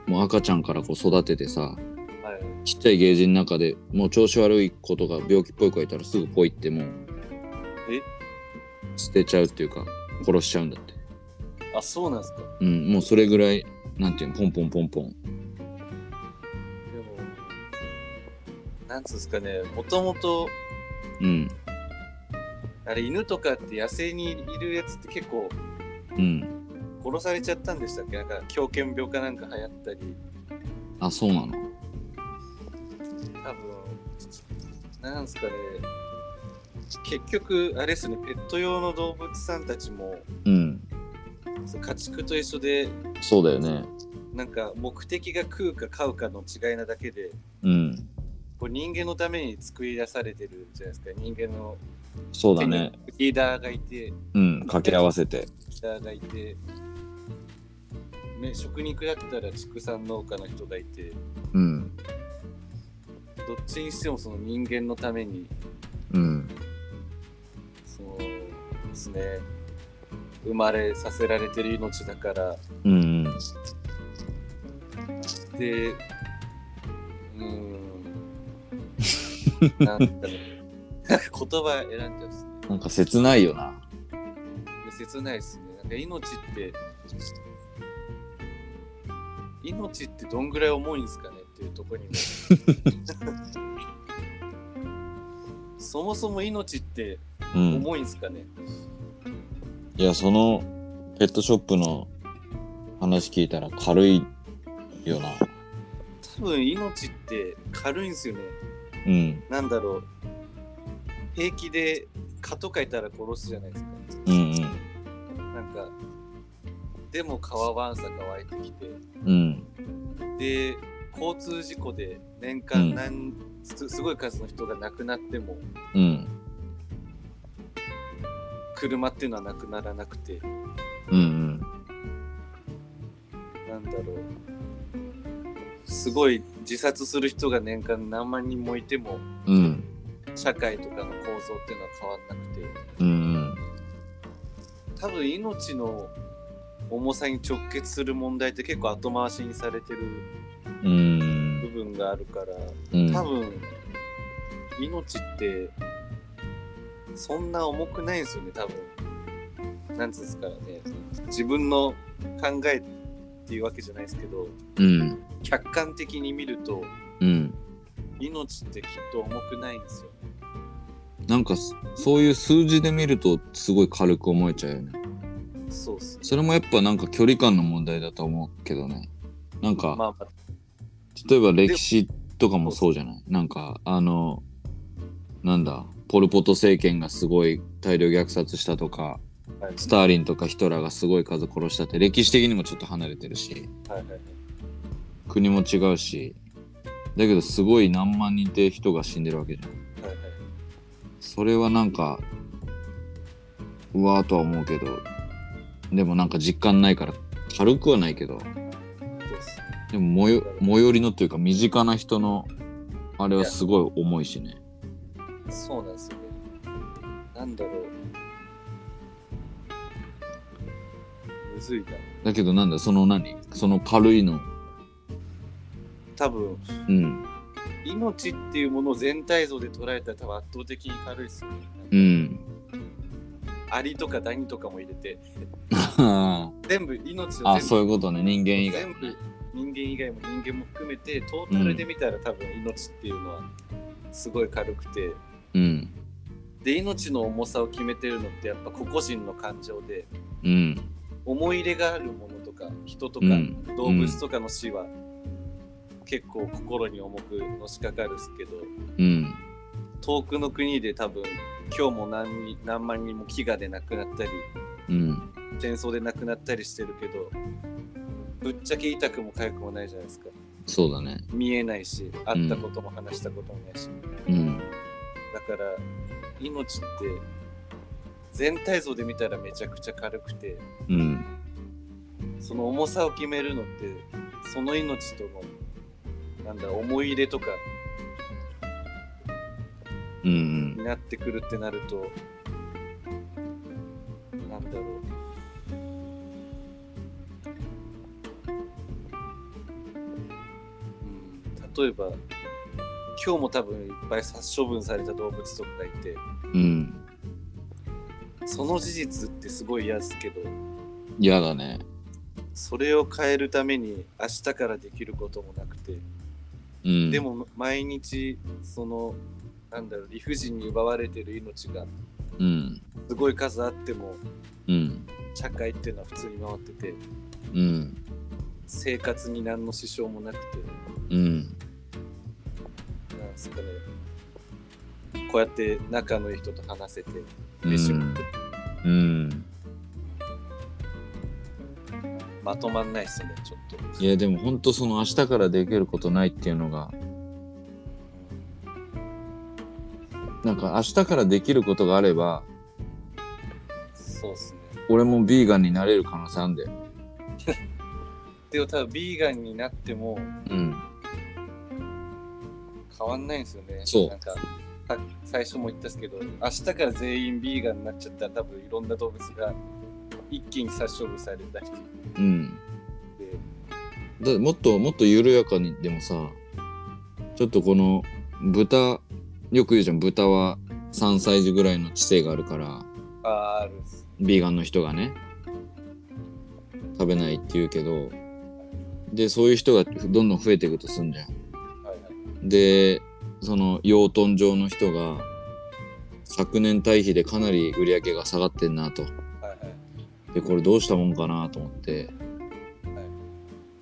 Speaker 1: もう赤ちゃんからこう育ててさ
Speaker 2: はい。
Speaker 1: ちっちゃいゲージの中でもう調子悪い子とか病気っぽい子がいたらすぐポイってもう
Speaker 2: え
Speaker 1: 捨てちゃうっていうか殺しちゃうんだって、
Speaker 2: あ、そうなんですか。
Speaker 1: うん、もうそれぐらいなんていうのポンポンポンポン
Speaker 2: でも、なんつうんですかね、もともと、
Speaker 1: うん
Speaker 2: あれ、犬とかって野生にいるやつって結構
Speaker 1: うん
Speaker 2: 殺されちゃったんでしたっけなんか、狂犬病かなんか流行ったり、
Speaker 1: あそうなの
Speaker 2: 多分、なんですかね、結局、あれですね、ペット用の動物さんたちも、
Speaker 1: うん
Speaker 2: そう家畜と一緒で、
Speaker 1: そうだよね
Speaker 2: なんか目的が食うか飼うかの違いなだけで、
Speaker 1: うん
Speaker 2: こう人間のために作り出されてるじゃないですか、人間の
Speaker 1: そうだ
Speaker 2: 手
Speaker 1: ね
Speaker 2: にリーダーがいて、
Speaker 1: うん掛け合わせて
Speaker 2: リーダーがいて、ね、食肉だったら畜産農家の人がいて、
Speaker 1: うん
Speaker 2: どっちにしてもその人間のために、
Speaker 1: うん
Speaker 2: そのですね、生まれさせられてる命だから、
Speaker 1: うんうん
Speaker 2: で、うーん、なんだろう、 言葉選んじゃうんですね。
Speaker 1: なんか切ないよな
Speaker 2: 切ないですね。なんか命って、命ってどんぐらい重いんですかねっていうところに も。そもそも命って
Speaker 1: うん
Speaker 2: 重いんですかね、
Speaker 1: いや、そのペットショップの話聞いたら軽いよな。
Speaker 2: 多分命って軽いんですよね。
Speaker 1: うん、
Speaker 2: なんだろう。平気で蚊とかいたら殺すじゃないですか。
Speaker 1: うん、
Speaker 2: なんか、でも蚊はわんさか湧いてきて。
Speaker 1: うん、うん、
Speaker 2: で交通事故で年
Speaker 1: うん
Speaker 2: 間何、すすごい数の人が亡くなっても
Speaker 1: うん、
Speaker 2: 車っていうのはなくならなくて
Speaker 1: うん、
Speaker 2: なんだろうすごい自殺する人が年間何万人もいても
Speaker 1: うん、うん、
Speaker 2: 社会とかの構造っていうのは変わらなくて
Speaker 1: うん、
Speaker 2: 多分命の重さに直結する問題って結構後回しにされてる
Speaker 1: うん
Speaker 2: 部、分があるから
Speaker 1: うん、
Speaker 2: 多分命ってそんな重くないんですよね多分なんつうんですかね自分の考えっていうわけじゃないですけど
Speaker 1: うん、
Speaker 2: 客観的に見ると
Speaker 1: うん。
Speaker 2: 命ってきっと重くないんですよ
Speaker 1: なんかそそういう数字で見るとすごい軽く思えちゃうよね。
Speaker 2: そうっすね
Speaker 1: それもやっぱなんか距離感の問題だと思うけどね。なんか、
Speaker 2: まあまあ
Speaker 1: 例えば歴史とかもそうじゃないなんかあのなんだポル・ポト政権がすごい大量虐殺したとか
Speaker 2: はい
Speaker 1: スターリンとかヒトラーがすごい数殺したって歴史的にもちょっと離れてるし
Speaker 2: はいはいはい
Speaker 1: 国も違うしだけどすごい何万人って人が死んでるわけじゃん
Speaker 2: はいはい
Speaker 1: それはなんかうわーとは思うけどでもなんか実感ないから軽くはないけど
Speaker 2: そうっすね
Speaker 1: でも最よ最寄りのというか身近な人のあれはすごい重いしね
Speaker 2: そうなんですよねなんだろうむずいな
Speaker 1: だけどなんだその何その軽いの
Speaker 2: 多分
Speaker 1: うん
Speaker 2: 命っていうものを全体像で捉えたら多分圧倒的に軽いですよね。
Speaker 1: うん
Speaker 2: アリとかダニとかも入れて、
Speaker 1: あ
Speaker 2: 全部命 を
Speaker 1: あ
Speaker 2: 全
Speaker 1: そういうことね人間
Speaker 2: 部
Speaker 1: 以外
Speaker 2: 全部人間以外も人間も含めてトータルで見たら多分命っていうのはすごい軽くて、
Speaker 1: うん
Speaker 2: で命の重さを決めてるのってやっぱ個々人の感情で
Speaker 1: うん
Speaker 2: 思い入れがあるものとか人と
Speaker 1: う
Speaker 2: か
Speaker 1: ん
Speaker 2: 動物とかの死は結構心に重くのしかかるっすけど、
Speaker 1: うん
Speaker 2: 遠くの国で多分今日も何人何万人も飢餓で亡くなったり
Speaker 1: うん
Speaker 2: 戦争で亡くなったりしてるけどぶっちゃけ痛くも痒くもないじゃないですか
Speaker 1: そうだね
Speaker 2: 見えないし会ったことも話したこともないし、
Speaker 1: うん
Speaker 2: だから命って全体像で見たらめちゃくちゃ軽くて
Speaker 1: うん
Speaker 2: その重さを決めるのってその命とのなんだ思い入れとか
Speaker 1: うんうん
Speaker 2: になってくるってなるとなんだろう例えば今日も多分いっぱい殺処分された動物とかがいて
Speaker 1: うん。
Speaker 2: その事実ってすごい嫌ですけど
Speaker 1: 嫌だね。
Speaker 2: それを変えるために明日からできることもなくて、
Speaker 1: うん。
Speaker 2: で、も毎日そのなんだろう理不尽に奪われてる命が
Speaker 1: うん。
Speaker 2: すごい数あっても
Speaker 1: うん。
Speaker 2: 社会っていうのは普通に回ってて
Speaker 1: うん。
Speaker 2: 生活に何の支障もなくて
Speaker 1: うん。
Speaker 2: なんすかねこうやって仲のいい人と話せて
Speaker 1: う
Speaker 2: で仕事
Speaker 1: ん。うん。
Speaker 2: まとまんないっすねちょっと
Speaker 1: いや、でも本当その明日からできることないっていうのが、なんか明日からできることがあれば、
Speaker 2: そうっすね
Speaker 1: 俺もビーガンになれる可能性あんだよ。
Speaker 2: でも多分ビーガンになっても
Speaker 1: うん。
Speaker 2: 変わんないんですよね
Speaker 1: そう
Speaker 2: なんかさ最初も言ったんですけど明日から全員ビーガンになっちゃったら多分いろんな動物が一気に殺処分されるだけで
Speaker 1: うん。だってもっともっと緩やかにでもさちょっとこの豚よく言うじゃん豚は3歳児ぐらいの知性があるから
Speaker 2: あああるんです
Speaker 1: ビーガンの人がね食べないって言うけどでそういう人がどんどん増えていくとすんじゃ
Speaker 2: はいはい
Speaker 1: ん。でその養豚場の人が昨年対比でかなり売り上げが下がってんなと。
Speaker 2: はいはい
Speaker 1: でこれどうしたもんかなと思って、
Speaker 2: は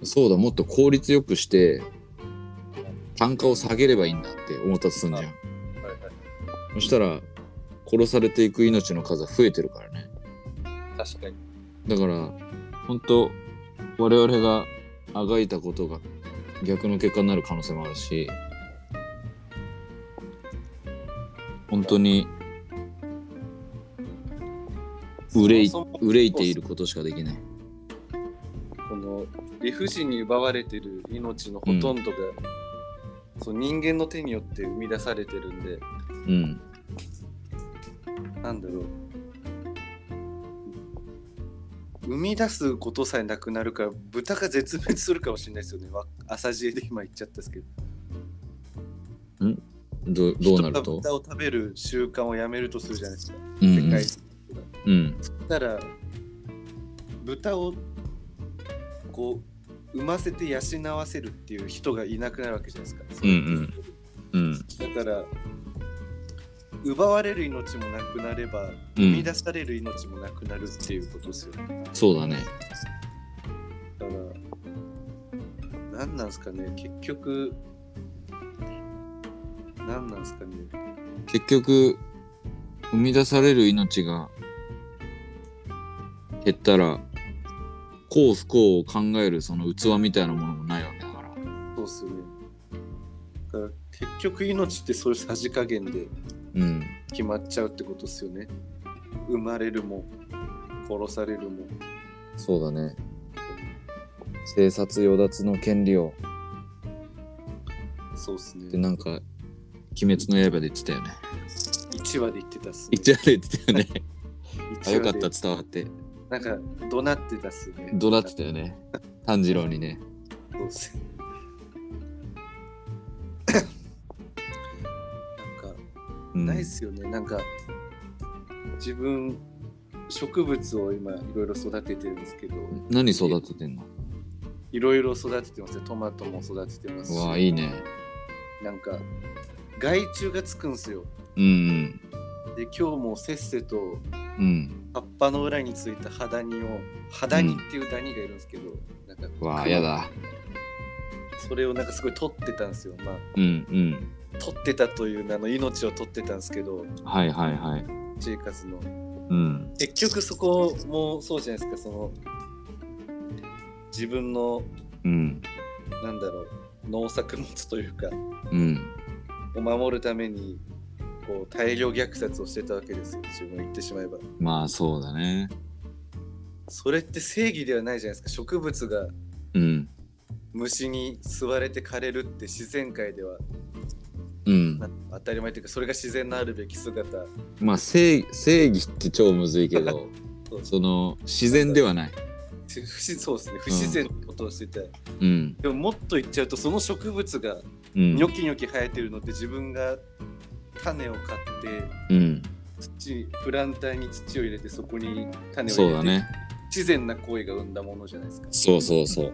Speaker 1: そうだもっと効率よくして単価を下げればいいんだって思ったとすんじゃん、
Speaker 2: ははいはい
Speaker 1: そしたら殺されていく命の数は増えてるからね
Speaker 2: 確かに
Speaker 1: だから本当我々があがいたことが逆の結果になる可能性もあるし本当に憂い
Speaker 2: そもそも
Speaker 1: 憂いていることしかできない
Speaker 2: この理不尽に奪われてる命のほとんどが、そう人間の手によって生み出されてるんで
Speaker 1: うん
Speaker 2: なんだろう生み出すことさえなくなるから豚が絶滅するかもしれないですよねわ朝知恵で今言っちゃったんですけど
Speaker 1: どどうなる
Speaker 2: 人が
Speaker 1: と
Speaker 2: 豚を食べる習慣をやめるとするじゃないですか
Speaker 1: うん
Speaker 2: 世界
Speaker 1: うん
Speaker 2: だから豚をこう産ませて養わせるっていう人がいなくなるわけじゃないですか、
Speaker 1: うんうんうん
Speaker 2: だから奪われる命もなくなれば
Speaker 1: う
Speaker 2: 生み
Speaker 1: ん
Speaker 2: 出される命もなくなるっていうことですよね、
Speaker 1: そうだね
Speaker 2: だから何なんですかね結局何なんですかね
Speaker 1: 結局生み出される命が減ったら幸不幸を考えるその器みたいなものもないわけだから
Speaker 2: そうっすよねだから結局命ってそういうさじ加減で
Speaker 1: うん
Speaker 2: 決まっちゃうってことですよね生まれるも殺されるも
Speaker 1: そうだね生殺与奪の権利を
Speaker 2: そうっす
Speaker 1: って
Speaker 2: ね
Speaker 1: なんか「鬼滅の刃」で言ってたよね
Speaker 2: 1話で言ってたっすね
Speaker 1: 一話で言ってたよね あ
Speaker 2: 一
Speaker 1: よ
Speaker 2: 話
Speaker 1: かっ
Speaker 2: で
Speaker 1: た伝わって
Speaker 2: なんか怒鳴ってたっすね
Speaker 1: 怒鳴ってたよね炭治郎にね
Speaker 2: そうっすねなんか
Speaker 1: うん
Speaker 2: ないっすよねなんか自分植物を今いろいろ育ててるんですけど
Speaker 1: 何育ててんの
Speaker 2: いろいろ育ててますねトマトも育ててます
Speaker 1: う
Speaker 2: し
Speaker 1: わあいいね
Speaker 2: なんか害虫がつくんすよ
Speaker 1: うん
Speaker 2: で今日もせっせと
Speaker 1: うんうん
Speaker 2: 葉っぱの裏についたハダニをハダニっていうダニがいるんですけど、なんか
Speaker 1: うわあやだ
Speaker 2: それをなんかすごい取ってたんですよまあ
Speaker 1: うんうん
Speaker 2: 取ってたという名の命を取ってたんですけど
Speaker 1: はいはいはい
Speaker 2: 生活の
Speaker 1: うん
Speaker 2: 結局そこもそうじゃないですかその自分の
Speaker 1: うん
Speaker 2: なんだろう農作物というか
Speaker 1: うん
Speaker 2: を守るためにこう大量虐殺をしてたわけですよ自分が言ってしまえば
Speaker 1: まあそうだね
Speaker 2: それって正義ではないじゃないですか植物が
Speaker 1: うん
Speaker 2: 虫に吸われて枯れるって自然界では
Speaker 1: うん
Speaker 2: な当たり前というかそれが自然のあるべき姿
Speaker 1: まあ正正義って超むずいけど
Speaker 2: そう
Speaker 1: その自然ではない
Speaker 2: 不自そうですね不自然なことをしてて、
Speaker 1: うん
Speaker 2: でももっと言っちゃうとその植物が
Speaker 1: うん
Speaker 2: ニョキニョキ生えてるのって自分が種を買って
Speaker 1: うん
Speaker 2: 土プランターに土を入れてそこに種を入れて
Speaker 1: そうだね
Speaker 2: 不自然な行為が生んだものじゃないですか
Speaker 1: そうそうそう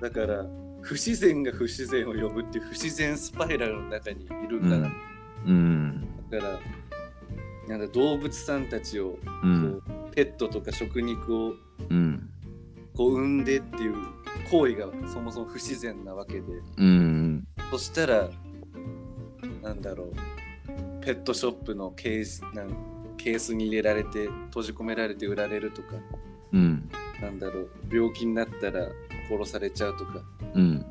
Speaker 2: だから不自然が不自然を呼ぶっていう不自然スパイラルの中にいるんだな、
Speaker 1: うん
Speaker 2: だからなんだ動物さんたちをこ
Speaker 1: う
Speaker 2: う、
Speaker 1: ん
Speaker 2: ペットとか食肉を
Speaker 1: うん
Speaker 2: こう産んでっていう行為がそもそも不自然なわけで
Speaker 1: うん
Speaker 2: そしたらなんだろうペットショップのケースなんケースに入れられて閉じ込められて売られるとか
Speaker 1: うん
Speaker 2: なんだろう病気になったら殺されちゃうとか
Speaker 1: うん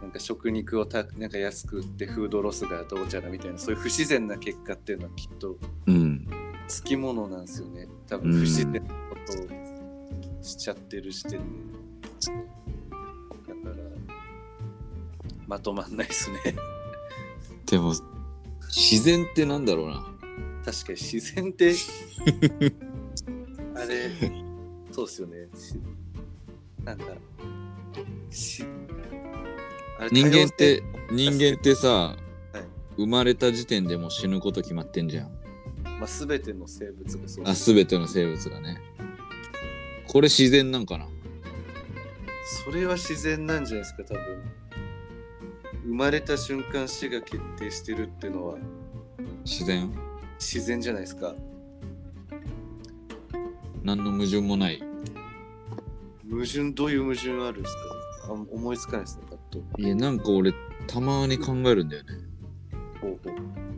Speaker 2: なんか食肉をたなんか安く売ってフードロスがどうちゃらみたいなそういう不自然な結果っていうのはきっと
Speaker 1: うん
Speaker 2: つきものなんですよね多
Speaker 1: う
Speaker 2: 分
Speaker 1: ん
Speaker 2: 不自然なことをしちゃってる視点でだからまとまんないですね
Speaker 1: でも自然ってなんだろうな
Speaker 2: 確かに自然ってあれそうっすよねしなんかしあれ
Speaker 1: 人間っ
Speaker 2: 多様性
Speaker 1: て人間ってさ
Speaker 2: い
Speaker 1: 生まれた時点でもう死ぬこと決まってんじゃん
Speaker 2: まあ、全ての生物がそう
Speaker 1: あ全ての生物がねこれ自然なんかな
Speaker 2: それは自然なんじゃないですか多分生まれた瞬間死が決定してるっていうのは
Speaker 1: 自然
Speaker 2: 自然じゃないですか
Speaker 1: 何の矛盾もない
Speaker 2: 矛盾どういう矛盾あるんですかあ思いつかないですねパッと
Speaker 1: いやなんか俺たまに考えるんだよね
Speaker 2: ほうほ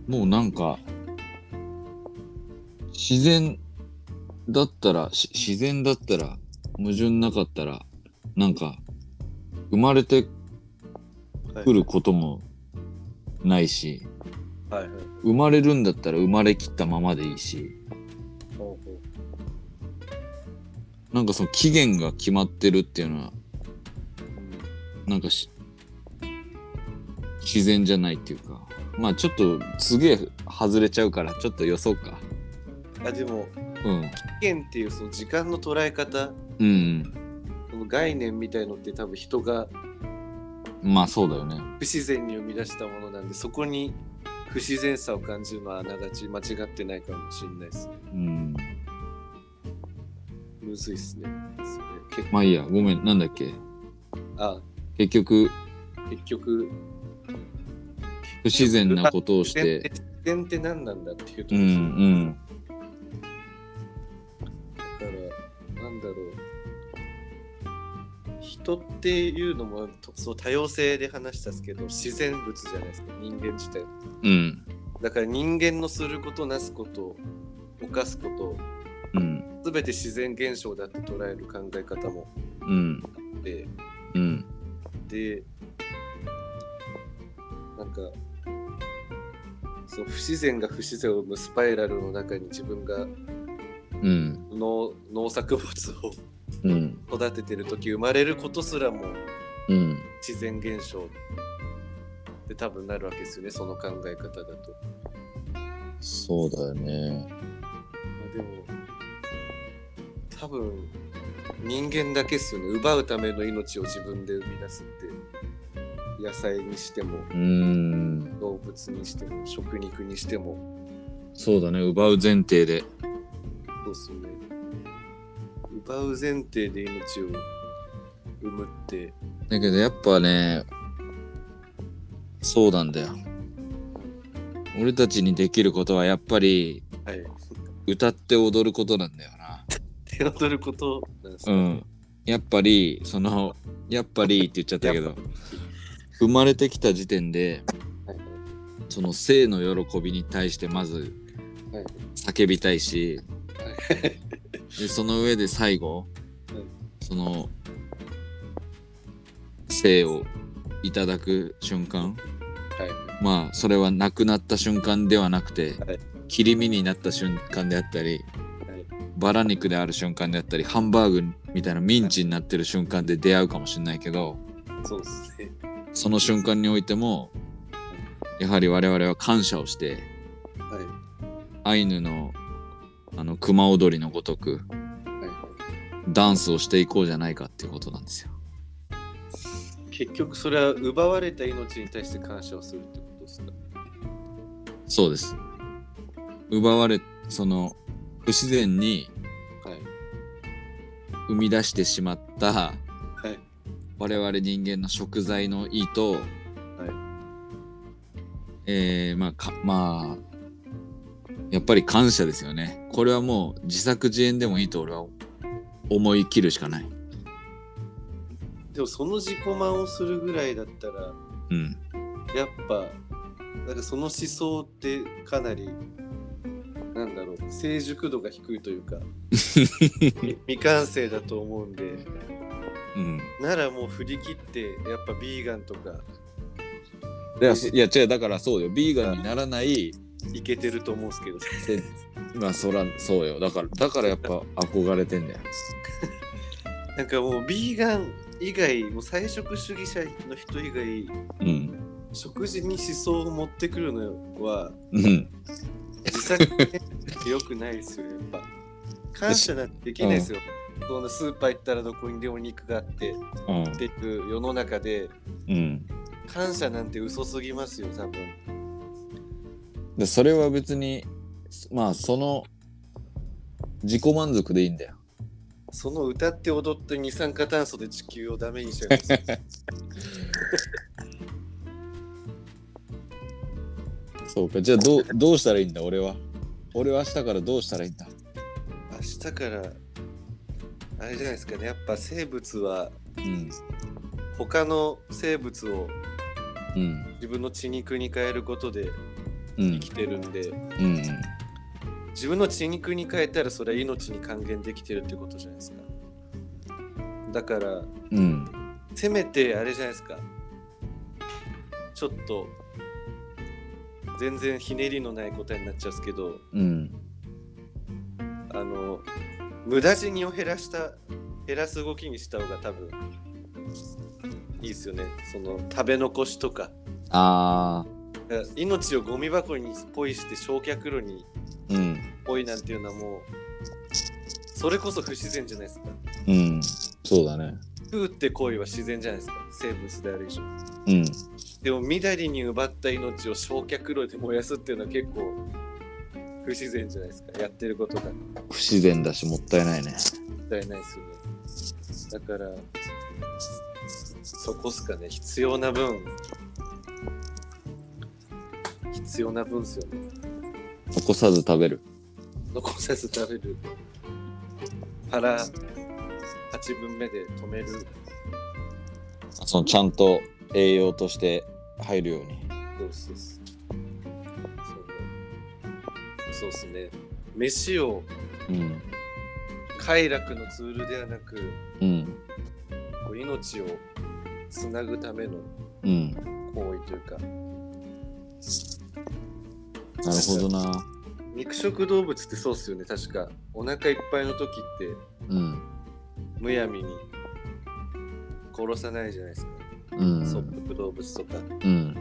Speaker 2: う
Speaker 1: もうなんか自然だったらし自然だったら矛盾なかったらなんか生まれて
Speaker 2: はい
Speaker 1: くることもないし、
Speaker 2: はいはい
Speaker 1: 生まれるんだったら生まれきったままでいいし
Speaker 2: ほうほ
Speaker 1: なんかその期限が決まってるっていうのは
Speaker 2: ううん
Speaker 1: なんかし自然じゃないっていうかまあちょっとすげえ外れちゃうからちょっと予想か
Speaker 2: あでも
Speaker 1: うん
Speaker 2: 期限っていうその時間の捉え方
Speaker 1: うん
Speaker 2: その概念みたいのって多分人が
Speaker 1: まあそうだよね
Speaker 2: 不自然に生み出したものなんでそこに不自然さを感じるのはあながち間違ってないかもしれないです
Speaker 1: うん
Speaker 2: むずいっすねそれ結
Speaker 1: まあいいやごめんなんだっけ
Speaker 2: あ
Speaker 1: 結局
Speaker 2: 結局
Speaker 1: 不自然なことをし
Speaker 2: 自然ってて自然って何なんだってい
Speaker 1: う
Speaker 2: うところですよ
Speaker 1: ん
Speaker 2: だからなんだろう人っていうのもとそう多様性で話したんですけど自然物じゃないですか人間自体
Speaker 1: うんうん
Speaker 2: だから人間のすることなすこと犯すこと
Speaker 1: うん
Speaker 2: 全て自然現象だって捉える考え方も
Speaker 1: うん
Speaker 2: あって
Speaker 1: うん
Speaker 2: でなんかそう不自然が不自然を生むスパイラルの中に自分が
Speaker 1: うん
Speaker 2: 農農作物を
Speaker 1: うん
Speaker 2: 育ててる時生まれることすらも
Speaker 1: うん
Speaker 2: 自然現象で多分なるわけですよねその考え方だと。
Speaker 1: そうだよね
Speaker 2: まあ、でも多分人間だけですよね奪うための命を自分で生み出すって野菜にしても
Speaker 1: うん
Speaker 2: 動物にしても食肉にしても
Speaker 1: そうだね奪う前提で
Speaker 2: そうっすよね奪う前提で命を生むって
Speaker 1: だけどやっぱねそうなんだよ俺たちにできることはやっぱり
Speaker 2: はい
Speaker 1: 歌って踊ることなんだよな
Speaker 2: 手を取ることなんです
Speaker 1: う
Speaker 2: か、
Speaker 1: んやっぱりそのやっぱりって言っちゃったけど生まれてきた時点で
Speaker 2: はい
Speaker 1: その性の喜びに対してまず
Speaker 2: はい
Speaker 1: 叫びたいしでその上で最後
Speaker 2: はい
Speaker 1: その性をいただく瞬間
Speaker 2: はい
Speaker 1: まあそれはなくなった瞬間ではなくて、
Speaker 2: はい
Speaker 1: 切り身になった瞬間であったり、
Speaker 2: はい
Speaker 1: バラ肉である瞬間であったりハンバーグみたいなミンチになってる瞬間で出会うかもしれないけど
Speaker 2: そうですね
Speaker 1: その瞬間においてもやはり我々は感謝をして
Speaker 2: はい
Speaker 1: アイヌのあの熊踊りのごとく
Speaker 2: はいはい
Speaker 1: ダンスをしていこうじゃないかっていうことなんですよ。
Speaker 2: 結局それは奪われた命に対して感謝をするってことですか
Speaker 1: そうです。奪われ、その、不自然に
Speaker 2: はい
Speaker 1: 生み出してしまった
Speaker 2: はい
Speaker 1: 我々人間の食材の意と、えーまあ、か、まあ、やっぱり感謝ですよね。これはもう自作自演でもいいと俺は思い切るしかない。
Speaker 2: でもその自己満をするぐらいだったら
Speaker 1: うん。
Speaker 2: やっぱなんかその思想ってかなりなんだろう成熟度が低いとい うかみ未完成だと思うんで
Speaker 1: うん。
Speaker 2: ならもう振り切ってやっぱビーガンとか
Speaker 1: いや、そいや違う、だからそうよ。ビーガンにならない、
Speaker 2: いけてると思うんですけど
Speaker 1: せまあ、そら、そうよ。だから、だからやっぱ憧れてんだよ。
Speaker 2: なんかもうビーガン以外もう菜食主義者の人以外
Speaker 1: うん。
Speaker 2: 食事に思想を持ってくるのは
Speaker 1: うん。
Speaker 2: 自作でよくないですよやっぱ感謝なんてできないですよ、そんなスーパー行ったらどこにでも肉があって
Speaker 1: うん
Speaker 2: っていう世の中で
Speaker 1: うん。
Speaker 2: 感謝なんて嘘すぎますよ多分
Speaker 1: でそれは別にまあその自己満足でいいんだよ
Speaker 2: その歌って踊って二酸化炭素で地球をダメにしちゃいますよ
Speaker 1: そうかじゃあどうどうしたらいいんだ俺は俺は明日からどうしたらいいんだ
Speaker 2: 明日からあれじゃないですかねやっぱ生物は
Speaker 1: うん
Speaker 2: 他の生物を
Speaker 1: うん
Speaker 2: 自分の血肉に変えることで
Speaker 1: うん
Speaker 2: 生きてるんで、
Speaker 1: うん
Speaker 2: 自分の血肉に変えたらそれは命に還元できてるってことじゃないですかだから
Speaker 1: うん
Speaker 2: せめてあれじゃないですかちょっと全然ひねりのない答えになっちゃうんですけど
Speaker 1: うん
Speaker 2: あの無駄死にを減らした減らす動きにした方が多分いいですよねその食べ残しとか
Speaker 1: あ
Speaker 2: だから命をゴミ箱にポイして焼却炉に
Speaker 1: ーうん
Speaker 2: ポイなんていうのはもうそれこそ不自然じゃないですか
Speaker 1: うんそうだね
Speaker 2: 食うって行為は自然じゃないですか生物である以上
Speaker 1: うん
Speaker 2: でも緑に奪った命を焼却炉で燃やすっていうのは結構不自然じゃないですかやってることがも
Speaker 1: 不自然だしもったいないね
Speaker 2: ったいないですよねだからそこっすかね必要な分必要な分っすよね
Speaker 1: 残さず食べる
Speaker 2: 残さず食べる腹8分目で止める
Speaker 1: そのちゃんと栄養として入るように
Speaker 2: そうそうそう。そうそうっすね。飯を
Speaker 1: うん
Speaker 2: 快楽のツールではなく、
Speaker 1: うん
Speaker 2: こう命をつなぐための
Speaker 1: うんな
Speaker 2: 行為というか、
Speaker 1: るほどな
Speaker 2: 肉食動物ってそうっすよね、確か。お腹いっぱいの時って、
Speaker 1: うん
Speaker 2: むやみに殺さないじゃないですか。
Speaker 1: うん
Speaker 2: 草食動物とか。
Speaker 1: うん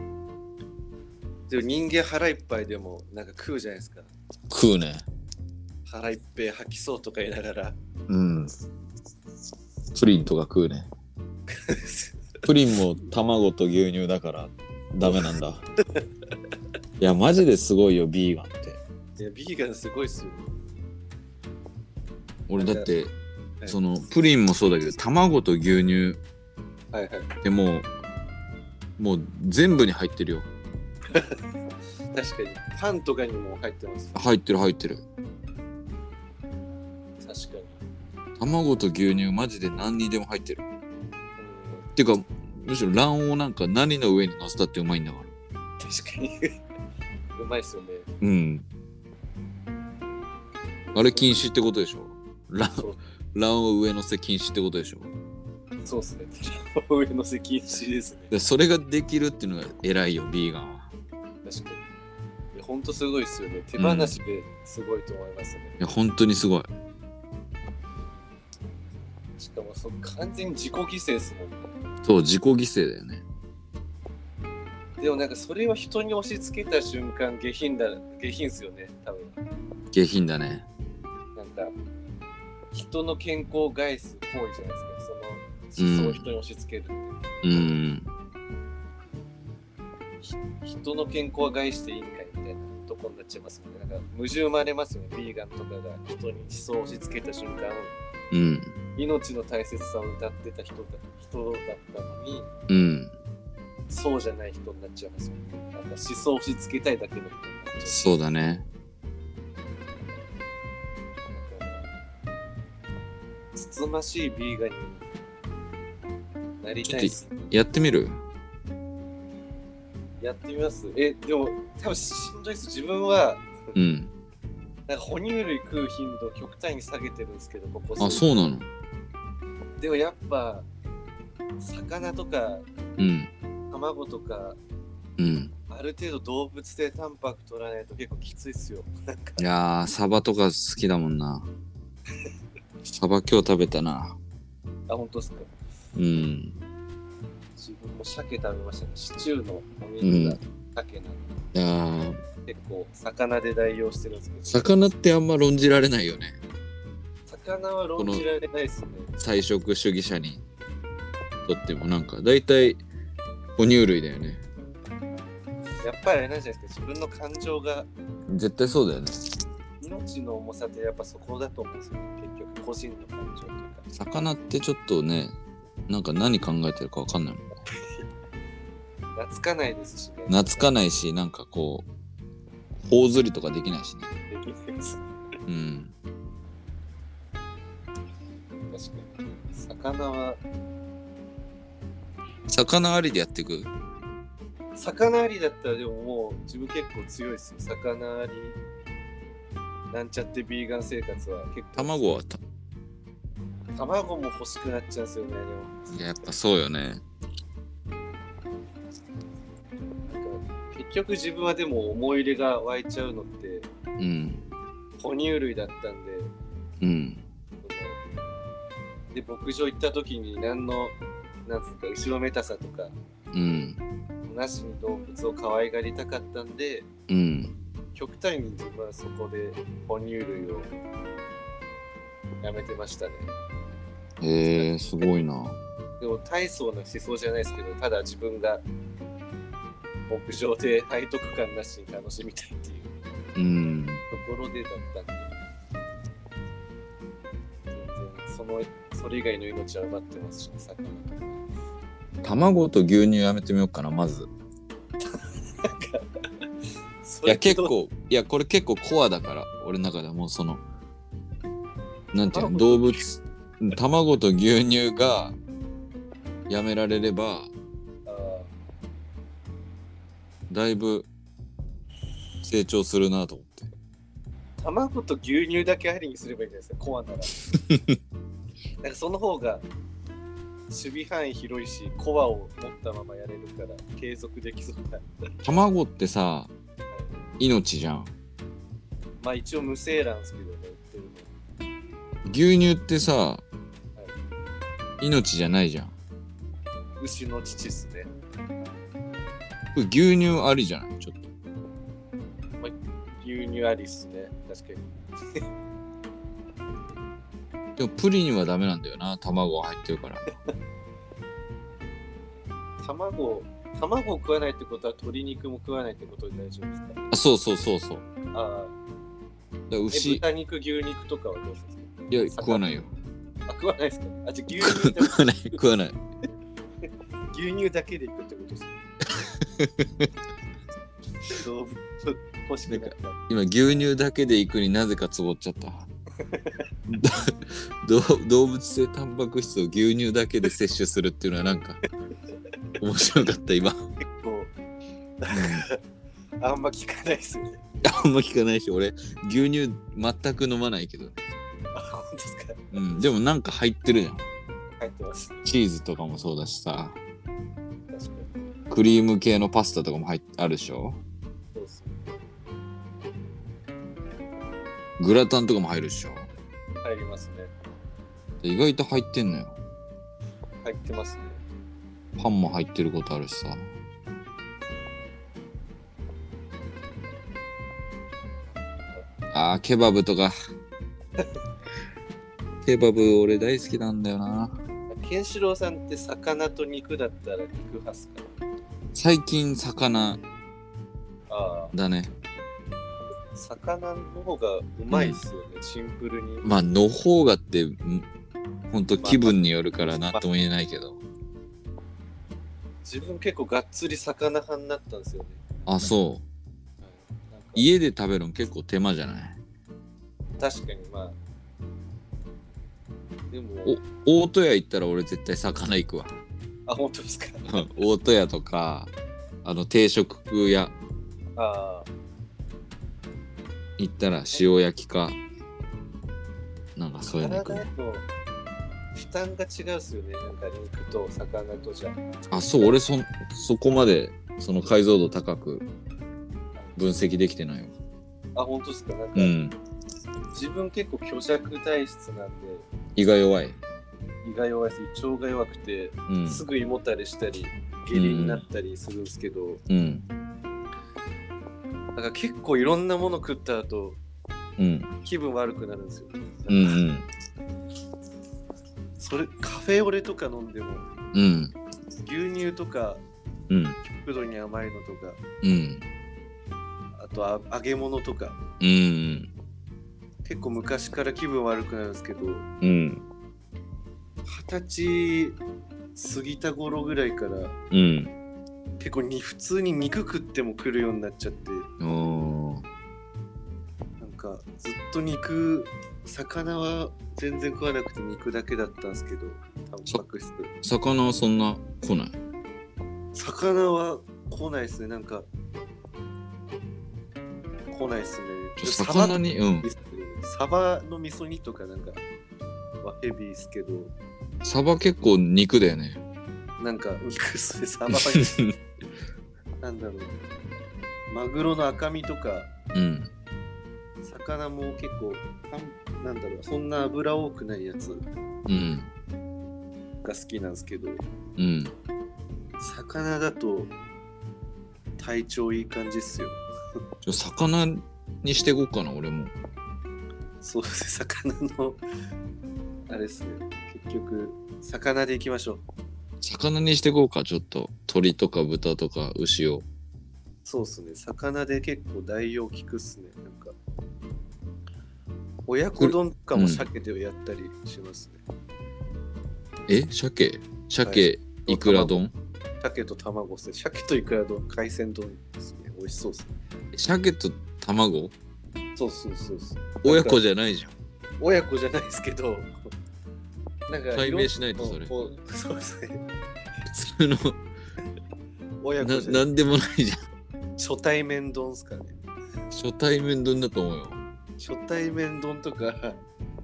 Speaker 2: でも人間腹いっぱいでもなんか食うじゃないですか。
Speaker 1: 食うね
Speaker 2: 腹いっぺい吐きそうとか言いながら。
Speaker 1: うん。プリンとか食う ね。プリンも卵と牛乳だからダメなん だ。いや、マジですごいよ、ビーガンって。
Speaker 2: いや、ビーガンすごいっすよね。
Speaker 1: 俺だって、
Speaker 2: はい
Speaker 1: そのプリンもそうだけど、卵と牛乳
Speaker 2: はいはい。
Speaker 1: でもう、もう全部に入ってるよ。
Speaker 2: 確かにパンとかにも入ってます
Speaker 1: 入ってる入ってる。
Speaker 2: 確かに、
Speaker 1: 卵と牛乳マジで何にでも入ってる。
Speaker 2: うん、
Speaker 1: てか、むしろ卵黄なんか何の上に乗せたってうまいんだから。
Speaker 2: 確かにうまいっすよね
Speaker 1: うん。あれ禁止ってことでしょ卵
Speaker 2: そう
Speaker 1: 卵を上乗せ禁止ってことでしょ
Speaker 2: そうっすね 上のせ禁止ですね
Speaker 1: でそれができるっていうのが偉いよビーガンは
Speaker 2: 確かにいやほんとすごいっすよね手放しですごいと思いますね、
Speaker 1: いや本当にすごい
Speaker 2: しかもそう完全に自己犠牲ですもんね
Speaker 1: そう自己犠牲だよね
Speaker 2: でもなんかそれを人に押し付けた瞬間下品だ下品っすよね多分
Speaker 1: 下品だね
Speaker 2: なんか人の健康を害す行為じゃないですかそ
Speaker 1: う
Speaker 2: の
Speaker 1: ん
Speaker 2: 思想を人に押し付ける、
Speaker 1: うん。
Speaker 2: ひ人の健康は害していいんかいみたいなとこになっちゃいますよねなんか矛盾生まれますよねヴィーガンとかが人に思想を押し付けた瞬間
Speaker 1: うん。
Speaker 2: 命の大切さを歌ってた人だ人だったのに
Speaker 1: うん。
Speaker 2: そうじゃない人になっちゃいますよねなんか思想を押し付けたいだけの人になっちゃう
Speaker 1: そうだね。
Speaker 2: つつましいビーガンになりたいっす
Speaker 1: やってみる
Speaker 2: やってみますえでも多分しんどいです自分は
Speaker 1: うん。
Speaker 2: なんか哺乳類食う頻度を極端に下げてるんですけどここ
Speaker 1: あ、そうなの
Speaker 2: うでもやっぱ魚とか
Speaker 1: うん。
Speaker 2: 卵とか
Speaker 1: うん。
Speaker 2: ある程度動物性タンパク取らないと結構きついっすよなんか
Speaker 1: いやー、サバとか好きだもんな。サバ今日食べたな。
Speaker 2: あ本当ですか
Speaker 1: うん。
Speaker 2: 自分も鮭食べましたねシチューのお水が鮭なの、
Speaker 1: いやー、
Speaker 2: 結構魚で代用してるんですけど
Speaker 1: 魚ってあんま論じられないよね。
Speaker 2: 魚は論じられないですね。
Speaker 1: 菜食主義者にとってもなんか、大体、哺乳類だよね。
Speaker 2: やっぱりあれなんじゃないですか、自分の感情が、
Speaker 1: 絶対そうだよね。
Speaker 2: 命の重さってやっぱそこだと思うんですよ、ね、結局、個人の感情というか。
Speaker 1: 魚ってちょっとね、なんか何考えてるかわかんないもん。
Speaker 2: 懐かないですしね。
Speaker 1: 懐かないし、なんかこう、頬ずりとかできないしね。
Speaker 2: できないです
Speaker 1: うん。
Speaker 2: 確かに。魚は、
Speaker 1: 魚ありでやっていく。
Speaker 2: 魚ありだったらでももう自分結構強いですよ。魚あり、なんちゃってビーガン生活は結構。
Speaker 1: 卵はた、
Speaker 2: 卵も欲しくなっちゃうんですよね、でも。
Speaker 1: いややっぱそうよね。
Speaker 2: なんか結局自分はでも思い入れが湧いちゃうのって、
Speaker 1: うん。
Speaker 2: 哺乳類だったんで、
Speaker 1: うん。
Speaker 2: で牧場行った時に何のなんつうか後ろめたさとか
Speaker 1: うん。
Speaker 2: なしに動物を可愛がりたかったんで
Speaker 1: うん。
Speaker 2: 極端に自分はそこで哺乳類をやめてましたね
Speaker 1: へえー、すごいな。
Speaker 2: でも大層な思想じゃないですけどただ自分が牧場で背徳感なしに楽しみたいっていう
Speaker 1: うん。
Speaker 2: ところでだったんで全然そのそれ以外の命は奪ってますし、ね、魚とか。
Speaker 1: 卵と牛乳やめてみようかな、まず。
Speaker 2: そ
Speaker 1: い
Speaker 2: れ
Speaker 1: や、結構、いや、これ結構コアだから、俺の中ではもうその、なんていうの、動物、卵と牛乳がやめられれば、
Speaker 2: あー
Speaker 1: だいぶ成長するなと思って。
Speaker 2: 卵と牛乳だけありにすればいいんじゃないですか、コア なら。なんかその方が守備範囲広いし、コアを持ったままやれるから、継続できそうな。
Speaker 1: 卵ってさ、命じゃん。
Speaker 2: まあ一応無精卵ですけどね、言って
Speaker 1: 牛乳ってさ、命じゃないじゃん。
Speaker 2: るの。牛の乳っすね。
Speaker 1: これ牛乳ありじゃないちょっと。
Speaker 2: 牛乳ありっすね、確かに。
Speaker 1: でもプリンにはダメなんだよな。卵が入ってるから。
Speaker 2: 卵を、卵を食わないってことは鶏肉も食わないってことで大丈夫ですか
Speaker 1: あ、そうそうそうそう。だ
Speaker 2: ああ、
Speaker 1: から
Speaker 2: え
Speaker 1: 牛、い
Speaker 2: 豚肉、牛肉とかはどうするんで
Speaker 1: や、食わないよ。
Speaker 2: すかあ、食わないですかあ、じゃあ牛 乳だ
Speaker 1: 食わない、食わない。
Speaker 2: 牛乳だけでいくってことですか動物欲しくなった。
Speaker 1: 今、牛乳だけで行くになぜかつぼっちゃった。 ど動物性タンパク質を牛乳だけで摂取するっていうのはなんか、面白かった、今。
Speaker 2: 結構、 あんま聞かないですよね。
Speaker 1: あんま聞かないし、俺、牛乳全く飲まないけど。
Speaker 2: あ、本当ですか
Speaker 1: うん、でもなんか入ってるじゃん。
Speaker 2: 入ってます。
Speaker 1: チーズとかもそうだしさ、
Speaker 2: 確かに。
Speaker 1: クリーム系のパスタとかも入っあるでしょ
Speaker 2: そうですね。
Speaker 1: グラタンとかも入るでしょ
Speaker 2: 入りますね。
Speaker 1: で意外と入ってんのよ。
Speaker 2: 入ってますね。
Speaker 1: パンも入ってることあるしさ。あー、ケ バブとか。ケバブ俺大好きなんだよな。
Speaker 3: ケンシロウさんって魚と肉だったら肉派っすか
Speaker 1: 最近魚
Speaker 3: あ
Speaker 1: だね
Speaker 3: あ、魚の方がうまいっすよね、シンプルに。
Speaker 1: まあの方がってんほんと気分によるからなんとも言えないけど
Speaker 3: 自分結構がっつり魚派になったんですよね。
Speaker 1: あそう
Speaker 3: なんか
Speaker 1: 家で食べるの結構手間じゃない
Speaker 3: 確かにまあ。でも、
Speaker 1: 大戸屋行ったら俺絶対魚行くわ
Speaker 3: あ、本当ですか。
Speaker 1: 大戸屋とかあの定食屋
Speaker 3: ああ、
Speaker 1: 行ったら塩焼きかなんかそういうの
Speaker 3: 体
Speaker 1: 行く
Speaker 3: だ
Speaker 1: ね
Speaker 3: と負担が違うっすよね。なんか肉と魚とじゃ。
Speaker 1: あそう俺そそこまでその解像度高く分析できてないわ
Speaker 3: あ、本当ですか。なんか、
Speaker 1: うん
Speaker 3: 自分結構虚弱体質なんで、
Speaker 1: 胃が弱い
Speaker 3: 胃が弱いし、胃腸が弱くて、
Speaker 1: うん
Speaker 3: すぐ胃もたれしたり、下痢になったりするんですけど、
Speaker 1: うん
Speaker 3: なんか結構いろんなもの食った後
Speaker 1: うん
Speaker 3: 気分悪くなるんですよ。
Speaker 1: うんうん
Speaker 3: それカフェオレとか飲んでも
Speaker 1: うん
Speaker 3: 牛乳とか
Speaker 1: うん
Speaker 2: プロに甘いのとか、
Speaker 1: うん
Speaker 2: あとあ揚げ物とか、
Speaker 1: うん
Speaker 2: 結構昔から気分悪くなるんですけど、
Speaker 1: うん
Speaker 2: 二十歳過ぎた頃ぐらいから、
Speaker 1: うん
Speaker 2: 結構に普通に肉食っても来るようになっちゃって、
Speaker 1: おー
Speaker 2: なんかずっと肉、魚は全然食わなくて肉だけだったんですけど、タンパク質。
Speaker 1: 魚はそんな来ない
Speaker 2: 魚は来ないですね、なんか。来ないですね。
Speaker 1: ちょ魚にうん
Speaker 2: サバの味噌煮とかなんかはヘビーですけど、
Speaker 1: サバ結構肉だよね
Speaker 2: なんか肉それサバは なんだろう。マグロの赤身とか、
Speaker 1: うん
Speaker 2: 魚も結構、あんなんだろう、そんな脂多くないやつ
Speaker 1: うん
Speaker 2: が好きなんですけど、
Speaker 1: うん
Speaker 2: 魚だと体調いい感じっすよ。
Speaker 1: ちょ魚にしていこうかな俺も
Speaker 2: そうですね、魚の、あれっすね、結局、魚でいきましょう。
Speaker 1: 魚にしていこうかちょっと鳥とか豚とか牛を
Speaker 2: そうっすね、魚で結構代用効くっすね、なんか。親子丼とかも鮭でやったりしますね。
Speaker 1: え鮭鮭いくら丼
Speaker 2: 鮭と卵っすね、鮭といくら丼、海鮮丼ですね、美味しそうっすね。
Speaker 1: 鮭と卵
Speaker 2: そうそうそうそう。
Speaker 1: 親子じゃないじゃん
Speaker 2: 親子じゃないですけど、なんか
Speaker 1: 解明しないとそれ
Speaker 2: こうそうですね。
Speaker 1: 普通の
Speaker 2: 親子
Speaker 1: な
Speaker 2: じゃない
Speaker 1: なんでもないじゃん
Speaker 2: 初対面丼ですかね。
Speaker 1: 初対面丼だと思うよ
Speaker 2: 初対面丼とか、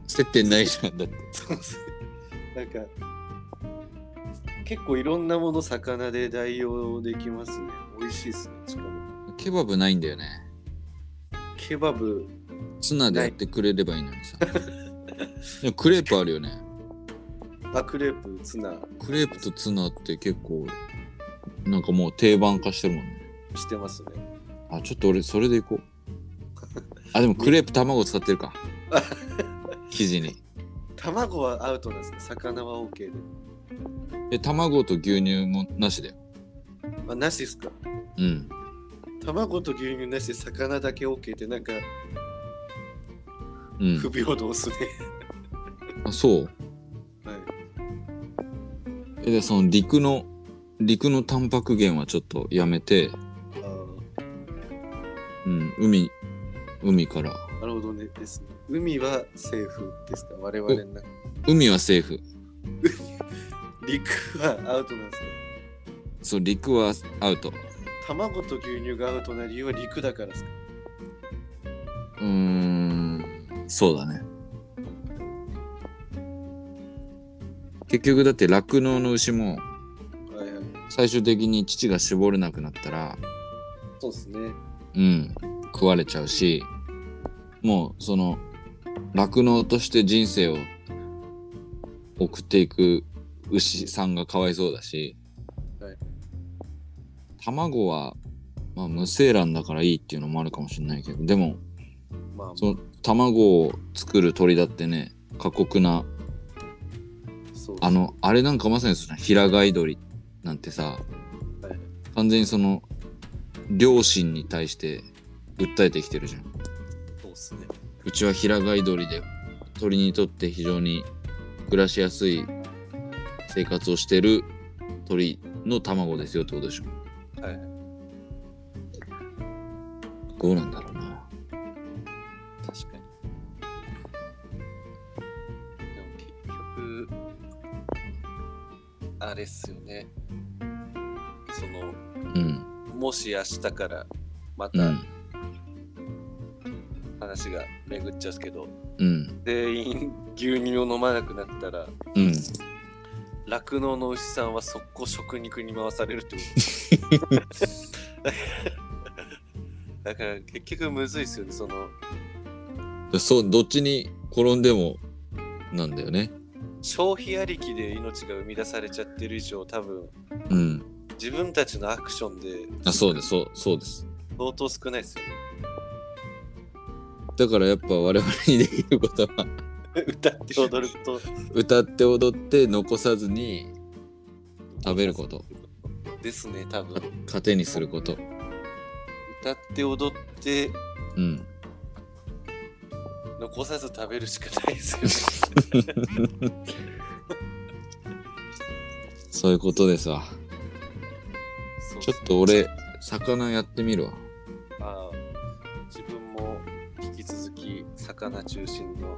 Speaker 1: 接点ないじゃんだって
Speaker 2: そうですね。なんか、結構いろんなもの魚で代用できますね。美味しいですね。しかも、
Speaker 1: ケバブないんだよね
Speaker 2: ケバブ、
Speaker 1: ツナでやってくれればいいのにさでもクレープあるよね
Speaker 2: あ、クレープ、ツナ
Speaker 1: クレープとツナって結構なんかもう定番化してるもんね
Speaker 2: してますね。
Speaker 1: あちょっと俺それでいこうあでもクレープ卵使ってるか生地に
Speaker 2: 卵はアウトなんですか魚は OK で。
Speaker 1: え卵と牛乳もなしだよ
Speaker 2: あ、なしですか
Speaker 1: うん
Speaker 2: 卵と牛乳なしで魚だけ OK ってなんか
Speaker 1: うん
Speaker 2: 不平等ですね。
Speaker 1: あそう
Speaker 2: はい。
Speaker 1: えでその陸の陸のタンパク源はちょっとやめて、
Speaker 2: あー
Speaker 1: うん、海海から
Speaker 2: なるほどね。ですね。海はセーフですか我々の中
Speaker 1: 海はセーフ
Speaker 2: 陸はアウトなんですね。
Speaker 1: そう陸はアウト
Speaker 2: 卵と牛乳がアウトな理由は陸だからですか
Speaker 1: うーんそうだね結局だって酪農の牛も
Speaker 2: はいはい。
Speaker 1: 最終的に乳が絞れなくなったら
Speaker 2: そうですね。
Speaker 1: うん食われちゃうしもうその酪農として人生を送っていく牛さんがかわいそうだし、
Speaker 2: はい
Speaker 1: 卵は、まあ、無精卵だからいいっていうのもあるかもしれないけどでも
Speaker 2: まあ、
Speaker 1: その卵を作る鳥だってね過酷な
Speaker 2: そ
Speaker 4: そう
Speaker 1: あの、あれなんかまさにその平飼い鳥なんてさ、完全にその、両親に対して訴えてきてるじゃん。
Speaker 2: そうっすね。
Speaker 1: うちは平飼い鳥で、鳥にとって非常に暮らしやすい生活をしてる鳥の卵ですよってことでしょ。
Speaker 2: はい。
Speaker 1: どうなんだろうな。
Speaker 2: 確かに。でも結局、あれっすよね。その、
Speaker 1: うん。
Speaker 2: もし明日からま
Speaker 1: う
Speaker 2: た
Speaker 1: ん。
Speaker 2: 話が巡っちゃうっすけど、
Speaker 1: うん。
Speaker 2: 全員牛乳を飲まなくなったら、
Speaker 1: うん。
Speaker 2: 酪農の牛さんは速攻食肉に回されるってこと だから結局むずいっすよねその
Speaker 1: そう、どっちに転んでもなんだよね。
Speaker 2: 消費ありきで命が生み出されちゃってる以上多分
Speaker 1: うん。
Speaker 2: 自分たちのアクションで
Speaker 1: あ、そうです、そう、そうです。
Speaker 2: 相当少ないっすよね
Speaker 1: だからやっぱ我々にできることは、
Speaker 2: 歌って踊ること
Speaker 1: 歌って踊って残さずに食べること
Speaker 2: ですね多分
Speaker 1: 糧にすること
Speaker 2: 歌って踊って
Speaker 1: うん
Speaker 2: 残さず食べるしかない ですよね
Speaker 1: そういうことですわ
Speaker 2: そう
Speaker 1: ちょっと俺魚やってみるわ
Speaker 2: あー自分も引き続き魚中心の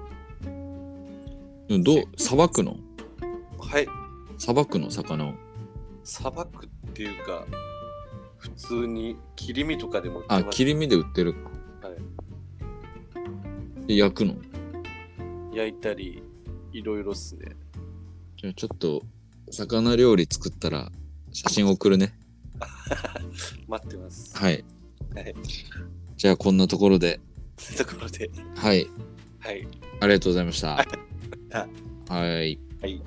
Speaker 1: でもどうさばくの
Speaker 2: はい
Speaker 1: さばくの魚を
Speaker 2: さばくっていうか普通に切り身とかでも売って
Speaker 1: あ
Speaker 2: ます
Speaker 1: 切り身で売ってる
Speaker 2: は
Speaker 1: で焼くの
Speaker 2: 焼いたりいろいろっすね
Speaker 1: じゃあちょっと魚料理作ったら写真送るね
Speaker 2: 待ってます
Speaker 1: はい
Speaker 2: はい
Speaker 1: じゃあこんなところで
Speaker 2: ところで
Speaker 1: はい
Speaker 2: はい
Speaker 1: ありがとうございました
Speaker 2: あ
Speaker 1: はい
Speaker 2: はい